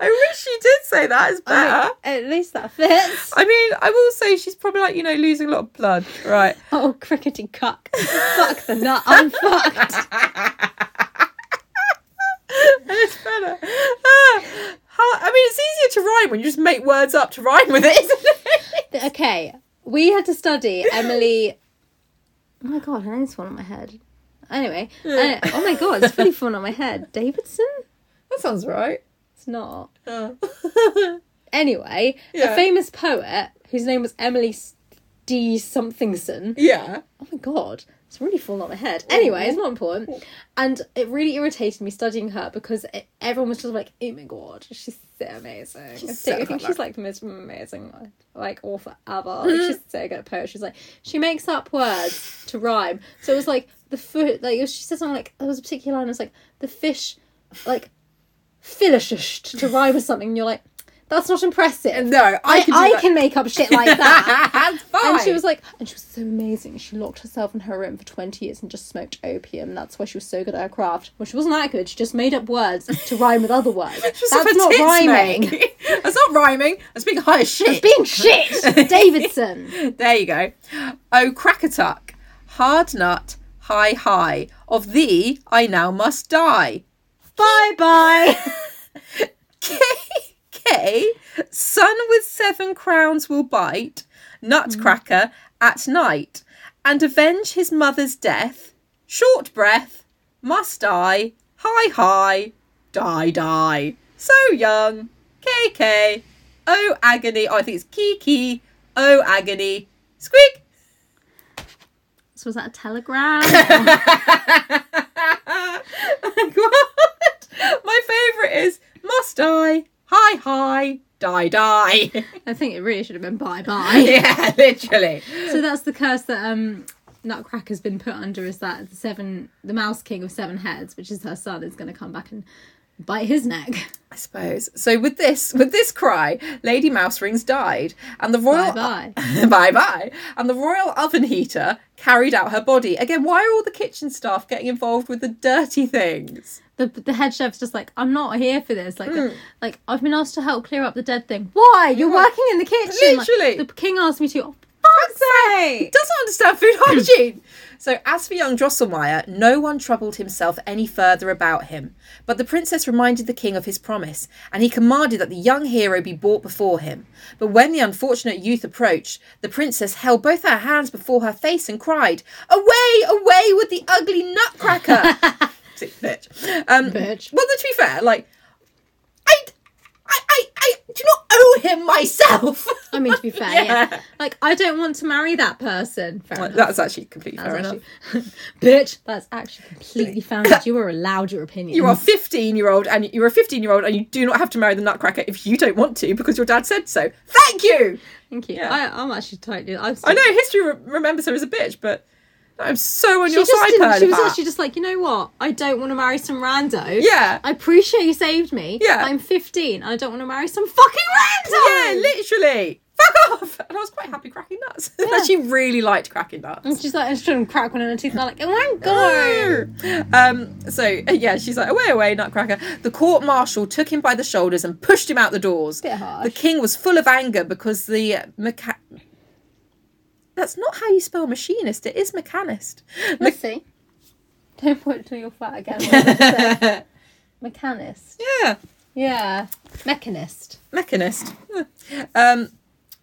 Speaker 3: I wish she did say that. It's better.
Speaker 2: At least that fits.
Speaker 3: I mean, I will say she's probably like, you know, losing a lot of blood. Right.
Speaker 2: Oh, crickety cuck. Fuck the nut. I'm fucked.
Speaker 3: and it's better. Ah, ha- I mean, it's easier to rhyme when you just make words up to rhyme with it, isn't it?
Speaker 2: Okay, we had to study Emily. Oh my god, her name's fallen on my head. Anyway, uh, oh my god, it's really fallen on my head. Davidson?
Speaker 3: That sounds right.
Speaker 2: It's not.
Speaker 3: Oh.
Speaker 2: Anyway,
Speaker 3: Yeah.
Speaker 2: a famous poet whose name was Emily S- D. Somethingson.
Speaker 3: yeah.
Speaker 2: Oh my god, it's really fallen on my head.
Speaker 3: Oh,
Speaker 2: Anyway, it's not important. And it really irritated me studying her because it, everyone was just like, oh my god, she's so amazing.
Speaker 3: She's
Speaker 2: so,
Speaker 3: so
Speaker 2: I think
Speaker 3: clever.
Speaker 2: she's like the most amazing like author ever. Like, she's so good at poetry. She's like, she makes up words to rhyme. So it was like, the food, like, she said something like, there was a particular line, it was like, the fish, like, filishished to rhyme with something. And you're like, that's not impressive.
Speaker 3: No, I,
Speaker 2: I,
Speaker 3: can. Do
Speaker 2: I
Speaker 3: that.
Speaker 2: can make up shit like that.
Speaker 3: That's fine.
Speaker 2: And she was like, and she was so amazing. She locked herself in her room for 20 years and just smoked opium. That's why she was so good at her craft. Well, she wasn't that good. She just made up words to rhyme with other words.
Speaker 3: Just
Speaker 2: That's
Speaker 3: have a
Speaker 2: not
Speaker 3: tits
Speaker 2: rhyming.
Speaker 3: make. That's not rhyming. That's being high as shit.
Speaker 2: Being shit! Davidson!
Speaker 3: there you go. Oh, crack a tuck, hard nut, high high. Of thee I now must die. Bye bye. K K. Sun with seven crowns will bite nutcracker at night, and avenge his mother's death. Short breath, must die. High high, die die. So young. KK. Oh agony. Oh, I think it's Kiki. Oh agony. Squeak.
Speaker 2: So was that a telegram?
Speaker 3: God. My favourite is must die. High high, die die.
Speaker 2: I think it really should have been bye bye.
Speaker 3: yeah, literally.
Speaker 2: so that's the curse that um Nutcracker's been put under is that the seven the mouse king of seven heads, which is her son, is gonna come back and bite his neck.
Speaker 3: I suppose. So with this with this cry, Lady Mouserings died, and the royal
Speaker 2: Bye bye.
Speaker 3: bye bye. And the royal oven heater carried out her body. Again, why are all the kitchen staff getting involved with the dirty things?
Speaker 2: the the head chef's just like, I'm not here for this. Like,
Speaker 3: Mm.
Speaker 2: like I've been asked to help clear up the dead thing. Why? You're working in the kitchen. Like,
Speaker 3: Literally.
Speaker 2: the king asked me to. Oh,
Speaker 3: Fuck's sake! Doesn't understand food hygiene. so as for young Drosselmeyer, no one troubled himself any further about him. But the princess reminded the king of his promise, and he commanded that the young hero be brought before him. But when the unfortunate youth approached, the princess held both her hands before her face and cried, "Away, away with the ugly nutcracker!" Sick bitch. Um,
Speaker 2: Bitch.
Speaker 3: Well, to be fair, like. I, I, I, I do not owe him myself.
Speaker 2: I mean, to be fair, yeah.
Speaker 3: Yeah.
Speaker 2: Like, I don't want to marry that person. Fair enough.
Speaker 3: That's actually completely fair enough.
Speaker 2: That's actually- bitch, that's actually completely founded. You are allowed your opinion.
Speaker 3: You are 15 year old and you're a 15 year old and you do not have to marry the nutcracker if you don't want to because your dad said so. Thank you.
Speaker 2: Thank you.
Speaker 3: Yeah.
Speaker 2: I, I'm actually totally. I'm
Speaker 3: I know history re- remembers her as a bitch, but I'm so on your
Speaker 2: just
Speaker 3: side,
Speaker 2: didn't- She was
Speaker 3: Pernpat.
Speaker 2: actually just like, you know what? I don't want to marry some rando.
Speaker 3: Yeah.
Speaker 2: I appreciate you saved me.
Speaker 3: Yeah.
Speaker 2: I'm 15. I don't want to marry some fucking rando.
Speaker 3: Yeah, literally. Fuck off! And I was quite happy cracking nuts. I actually really liked cracking nuts.
Speaker 2: And she's like, I just trying to crack one in her teeth. And I'm like, oh my god.
Speaker 3: Um, so yeah, she's like, away, away, Nutcracker. The court martial took him by the shoulders and pushed him out the doors.
Speaker 2: Bit harsh.
Speaker 3: The king was full of anger because the uh, mecha- That's not how you spell machinist. It is mechanist. Me-
Speaker 2: Let's see. Don't point to your flat again. What did I say? Mechanist.
Speaker 3: yeah,
Speaker 2: Yeah. Mechanist.
Speaker 3: mechanist. Um,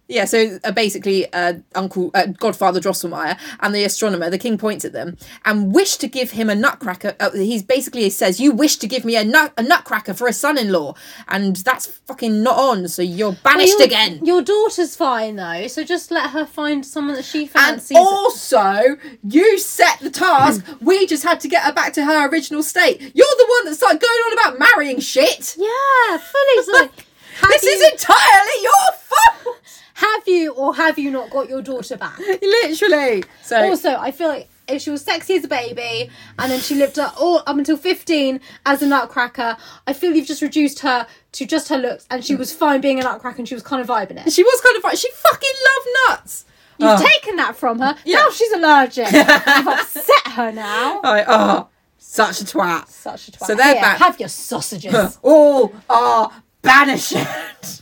Speaker 3: yeah, so uh, basically, uh, Uncle uh, Godfather Drosselmeyer and the astronomer, the king points at them and wish to give him a nutcracker. Uh, he's basically he says, "You wish to give me a nut a nutcracker for a son-in-law, and that's fucking not on. So you're banished
Speaker 2: Your-
Speaker 3: again."
Speaker 2: Your daughter's fine though, so just let her find someone that she
Speaker 3: And
Speaker 2: fancies.
Speaker 3: also, you set the task. we just had to get her back to her original state. You're the one that started going on about marrying shit.
Speaker 2: yeah, fully. So like, have
Speaker 3: This
Speaker 2: you,
Speaker 3: is entirely your fault.
Speaker 2: have you or have you not got your daughter back?
Speaker 3: Literally. So
Speaker 2: Also, I feel like if she was sexy as a baby and then she lived up, all, up until 15 as a nutcracker, I feel you've just reduced her to just her looks and she was fine being a nutcracker and she was kind of vibing it.
Speaker 3: she was kind of like she fucking loved nuts.
Speaker 2: You've
Speaker 3: Oh.
Speaker 2: taken that from her.
Speaker 3: Yeah.
Speaker 2: Now she's allergic. You've upset her now.
Speaker 3: I oh, such a twat.
Speaker 2: Such a twat.
Speaker 3: So they're
Speaker 2: Here,
Speaker 3: back.
Speaker 2: Have your sausages.
Speaker 3: All are banished.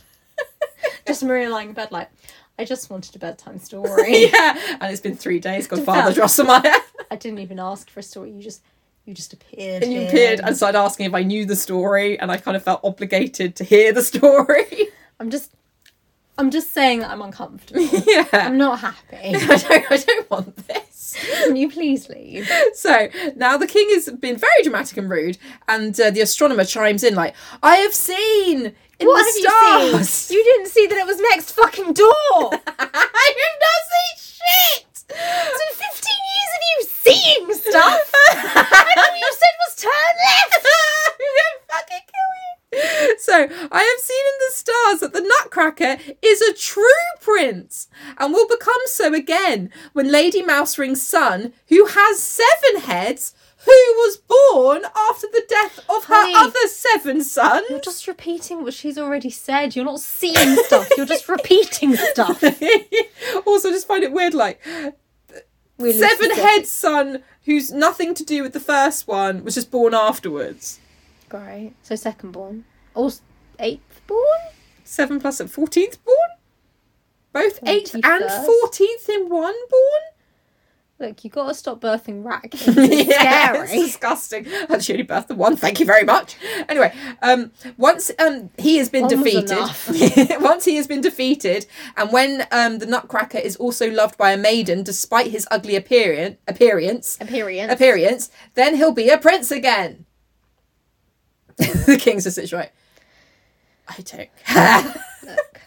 Speaker 2: just Maria lying in bed like, I just wanted a bedtime story.
Speaker 3: yeah, and it's been three days. Godfather Drosselmeyer.
Speaker 2: I didn't even ask for a story. You just, you just appeared.
Speaker 3: And you
Speaker 2: here.
Speaker 3: appeared and started asking if I knew the story, and I kind of felt obligated to hear the story.
Speaker 2: I'm just, I'm just saying that I'm uncomfortable.
Speaker 3: yeah.
Speaker 2: I'm not happy.
Speaker 3: I don't, I don't want this.
Speaker 2: Can you please leave?
Speaker 3: So now the king has been very dramatic and rude, and uh, the astronomer chimes in like, "I have seen in
Speaker 2: What
Speaker 3: the
Speaker 2: have you
Speaker 3: stars."
Speaker 2: seen? You didn't see that it was next fucking door.
Speaker 3: I have not seen shit.
Speaker 2: so 15 years of you seeing stuff. and all you said was turn left.
Speaker 3: fucking kill you. So I have seen in the stars that the Nutcracker is a true prince and will become so again when Lady Mousering's son, who has seven heads, who was born after the death of her
Speaker 2: Honey.
Speaker 3: other seven sons.
Speaker 2: You're just repeating what she's already said. You're not seeing stuff. You're just repeating stuff.
Speaker 3: also, I just find it weird, like
Speaker 2: Really
Speaker 3: seven
Speaker 2: specific.
Speaker 3: head son who's nothing to do with the first one was just born afterwards.
Speaker 2: Great. So second born. Or s- eighth born?
Speaker 3: Seven plus and fourteenth born. Both eighth and
Speaker 2: 21st.
Speaker 3: fourteenth in one born.
Speaker 2: Look, you gotta stop birthing rat kids. It's
Speaker 3: Yeah, it's
Speaker 2: scary.
Speaker 3: disgusting. And she only birthed the one. Thank you very much. Anyway, um, once um he has been
Speaker 2: One was
Speaker 3: defeated, once he has been defeated, and when um the Nutcracker is also loved by a maiden despite his ugly appearance, appearance,
Speaker 2: Appearance.
Speaker 3: appearance, then he'll be a prince again. the king's just right. I don't care.
Speaker 2: Look,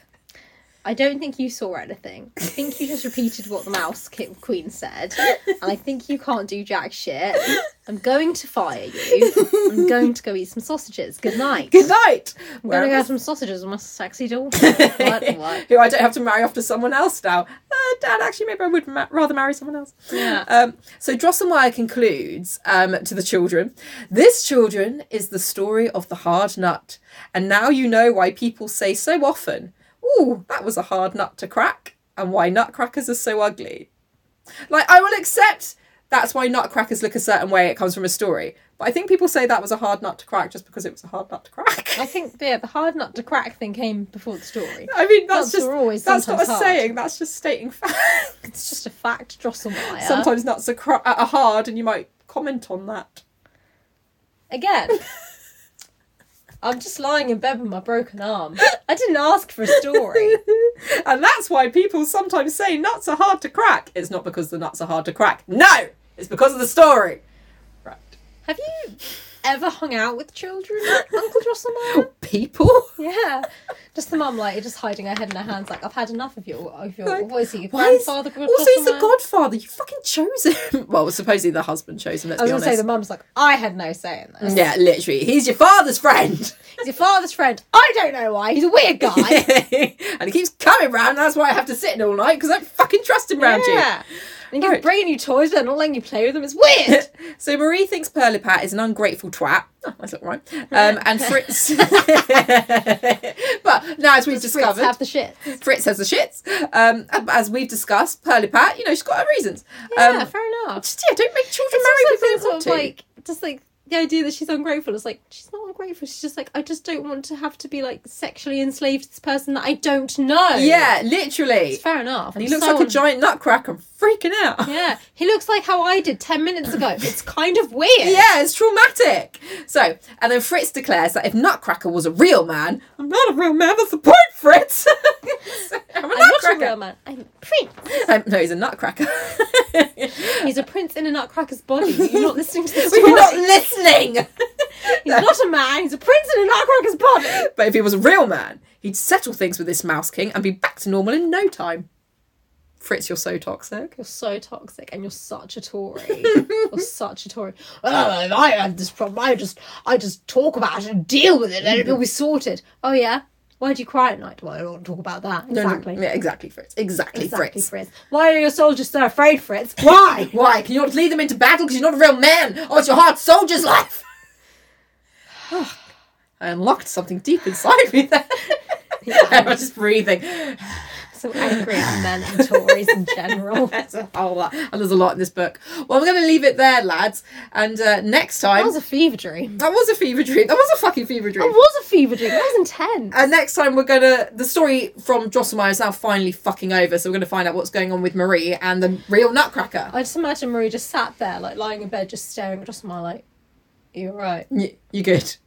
Speaker 2: I don't think you saw anything. I think you just repeated what the mouse ki- queen said, and I think you can't do jack shit. I'm going to fire you. I'm going to go eat some sausages. Good night.
Speaker 3: Good night.
Speaker 2: I'm gonna
Speaker 3: Whereas-
Speaker 2: go have some sausages with my sexy daughter. what, what?
Speaker 3: who I don't have to marry off to someone else now. Uh, Dad, actually, maybe I would ma- rather marry someone else.
Speaker 2: Yeah.
Speaker 3: Um, so Drosselmeyer concludes um, to the children This, children, is the story of the hard nut. And now you know why people say so often, Ooh, that was a hard nut to crack, and why nutcrackers are so ugly. Like, I will accept that's why nutcrackers look a certain way, it comes from a story. But I think people say that was a hard nut to crack just because it was a hard nut to crack.
Speaker 2: I think yeah, the hard nut to crack thing came before the story.
Speaker 3: I mean, that's
Speaker 2: Nuts
Speaker 3: just
Speaker 2: are always
Speaker 3: that's not a
Speaker 2: sometimes hard.
Speaker 3: saying. That's just stating facts.
Speaker 2: It's just a fact, Drosselmeyer.
Speaker 3: Sometimes nuts are, cr- are hard, and you might comment on that.
Speaker 2: Again. I'm just lying in bed with my broken arm. I didn't ask for a story.
Speaker 3: and that's why people sometimes say nuts are hard to crack. It's not because the nuts are hard to crack. No, it's because of the story. Right,
Speaker 2: Have you ever hung out with children, Uncle Drosselmeyer?
Speaker 3: people.
Speaker 2: Yeah. Just the mum, like, just hiding her head in her hands, like, I've had enough of your, of your
Speaker 3: Like,
Speaker 2: what is he, your
Speaker 3: Why is,
Speaker 2: grandfather?
Speaker 3: also, he's the
Speaker 2: Drosselmeyer?
Speaker 3: godfather. You fucking chose him. Well, supposedly the husband chose him. Let's
Speaker 2: I was
Speaker 3: be
Speaker 2: going
Speaker 3: honest.
Speaker 2: to say, the mum's like, I had no say in this.
Speaker 3: yeah, literally, he's your father's friend.
Speaker 2: He's your father's friend. I don't know why. He's a weird guy.
Speaker 3: and he keeps coming round. That's why I have to sit in all night because I don't fucking trust him round you.
Speaker 2: yeah. And you're
Speaker 3: Right.
Speaker 2: bringing you toys, but not letting you play with them. It's weird.
Speaker 3: So Marie thinks Perlipat is an ungrateful twat. Oh, that's not right. Um, and Fritz. but now, as we've
Speaker 2: Fritz
Speaker 3: discovered,
Speaker 2: have the shit.
Speaker 3: Fritz has the shits. Um, as we've discussed, Perlipat, you know, she's got her reasons.
Speaker 2: Yeah,
Speaker 3: um,
Speaker 2: fair enough.
Speaker 3: just, yeah, don't make children
Speaker 2: It's
Speaker 3: marry
Speaker 2: also
Speaker 3: people they
Speaker 2: sort
Speaker 3: want
Speaker 2: of
Speaker 3: to.
Speaker 2: like just like the idea that she's ungrateful. It's like she's not ungrateful. She's just like I just don't want to have to be like sexually enslaved to this person that I don't know.
Speaker 3: yeah, literally.
Speaker 2: it's fair enough.
Speaker 3: And he
Speaker 2: I'm
Speaker 3: looks
Speaker 2: so
Speaker 3: like a
Speaker 2: on-
Speaker 3: giant nutcracker. I'm freaking out.
Speaker 2: Yeah, he looks like how I did ten minutes ago. It's kind of weird.
Speaker 3: Yeah, it's traumatic. So, and then Fritz declares that if Nutcracker was a real man, I'm not a real man. That's the point, Fritz. I'm a
Speaker 2: I'm not a
Speaker 3: Nutcracker.
Speaker 2: real man. I'm a prince.
Speaker 3: Um, no, he's a Nutcracker.
Speaker 2: He's a prince in a nutcracker's body. You're not listening to this.
Speaker 3: We're not listening.
Speaker 2: He's not a man. He's a prince in a nutcracker's body.
Speaker 3: but if he was a real man, he'd settle things with this Mouse King and be back to normal in no time. Fritz, you're so toxic.
Speaker 2: You're so toxic, and you're such a Tory. you're such a Tory. Oh, I have this problem. I just, I just talk about it and deal with it, and it'll be sorted. Oh yeah. Why do you cry at night? Well, I don't want to talk about that.
Speaker 3: No, no,
Speaker 2: Exactly.
Speaker 3: Yeah, exactly, Fritz. Exactly,
Speaker 2: Exactly,
Speaker 3: Fritz.
Speaker 2: Fritz. Why are your soldiers so afraid, Fritz? Why?
Speaker 3: Why? Can you not lead them into battle because you're not a real man? Oh, it's your hard soldier's life. I unlocked something deep inside me there. I was just breathing.
Speaker 2: so angry at men and Tories in general.
Speaker 3: That's a whole lot. And there's a lot in this book. Well, we're going to leave it there, lads. And uh, next time.
Speaker 2: That was a fever dream.
Speaker 3: That was a fever dream. That was a fucking fever
Speaker 2: That
Speaker 3: dream.
Speaker 2: was a fever dream. That was intense.
Speaker 3: And next time we're gonna the story from Drosselmeyer is now finally fucking over, so we're gonna find out what's going on with Marie and the real Nutcracker.
Speaker 2: I just imagine Marie just sat there, like lying in bed, just staring at us, and I like, "You're right."
Speaker 3: Y- you good?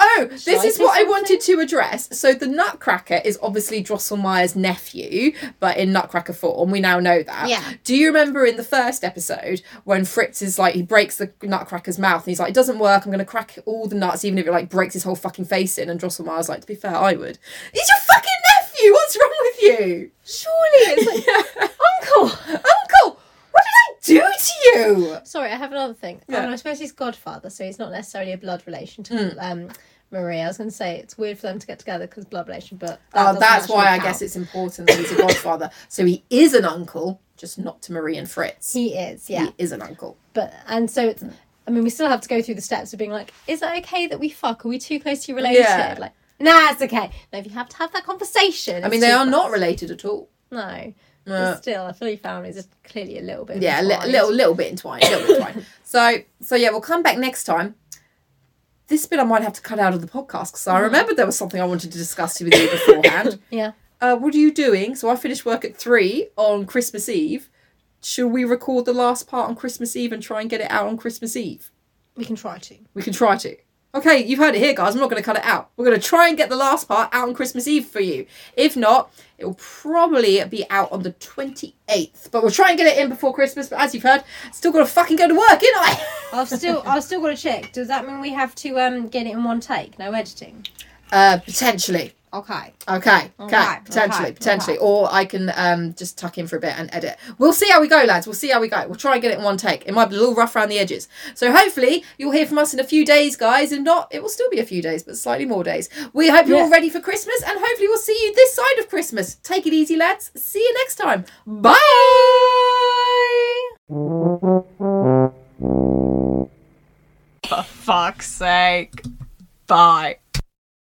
Speaker 3: Oh, this
Speaker 2: I
Speaker 3: is
Speaker 2: say
Speaker 3: what I
Speaker 2: something?
Speaker 3: wanted to address. So the Nutcracker is obviously Drosselmeyer's nephew, but in Nutcracker form. We now know that.
Speaker 2: Yeah.
Speaker 3: Do you remember in the first episode when Fritz is like he breaks the Nutcracker's mouth and he's like, "It doesn't work. I'm gonna crack all the nuts, even if it like breaks his whole fucking face in." And Drosselmeyer's like, "To be fair, I would." He's your fucking nephew. What's wrong with you?
Speaker 2: Surely it's like, Uncle.
Speaker 3: Uncle, what did I do to you?
Speaker 2: Sorry, I have another thing.
Speaker 3: Yeah. Hmm.
Speaker 2: Um, I suppose he's godfather, so he's not necessarily a blood relation to um, Maria. I was going to say it's weird for them to get together because blood relation, but that
Speaker 3: Oh,
Speaker 2: doesn't
Speaker 3: that's
Speaker 2: actually
Speaker 3: why I
Speaker 2: count.
Speaker 3: guess it's important that he's a godfather. so he is an uncle, just not to Marie and Fritz.
Speaker 2: he is. Yeah,
Speaker 3: He Hmm. is an uncle.
Speaker 2: but and so it's. I mean, we still have to go through the steps of being like, is it okay that we fuck? Are we too closely related?
Speaker 3: Yeah.
Speaker 2: Like, nah, it's okay. No, if you have to have that conversation.
Speaker 3: I mean, they are not related at all.
Speaker 2: No.
Speaker 3: Uh,
Speaker 2: But still, I feel your families are clearly a little bit.
Speaker 3: Yeah, a li-
Speaker 2: entwined.
Speaker 3: little, little bit entwined. Little bit entwined. So, so yeah, we'll come back next time. This bit I might have to cut out of the podcast because
Speaker 2: Mm-hmm.
Speaker 3: I remembered there was something I wanted to discuss with you beforehand.
Speaker 2: Yeah.
Speaker 3: uh, what are you doing? So I finished work at three on Christmas Eve. Should we record the last part on Christmas Eve and try and get it out on Christmas Eve?
Speaker 2: We can try to.
Speaker 3: We can try to. Okay, you've heard it here, guys. I'm not going to cut it out. We're going to try and get the last part out on Christmas Eve for you. If not, it will probably be out on the 28th. But we'll try and get it in before Christmas. But as you've heard, still got to fucking go to work, ain't I?
Speaker 2: I've still, I've still got to check. Does that mean we have to um get it in one take? No editing.
Speaker 3: Uh, potentially.
Speaker 2: Okay.
Speaker 3: Okay, okay,
Speaker 2: Okay,
Speaker 3: potentially,
Speaker 2: okay,
Speaker 3: potentially, or I can um just tuck in for a bit and edit. We'll see how we go, lads. We'll see how we go. We'll try and get it in one take. It might be a little rough around the edges, so hopefully you'll hear from us in a few days, guys. If not, it will still be a few days, but slightly more days. We hope you're all
Speaker 2: Yeah.
Speaker 3: ready for Christmas, and hopefully we'll see you this side of Christmas. Take it easy, lads. See you next time. Bye.
Speaker 1: For fuck's sake. Bye.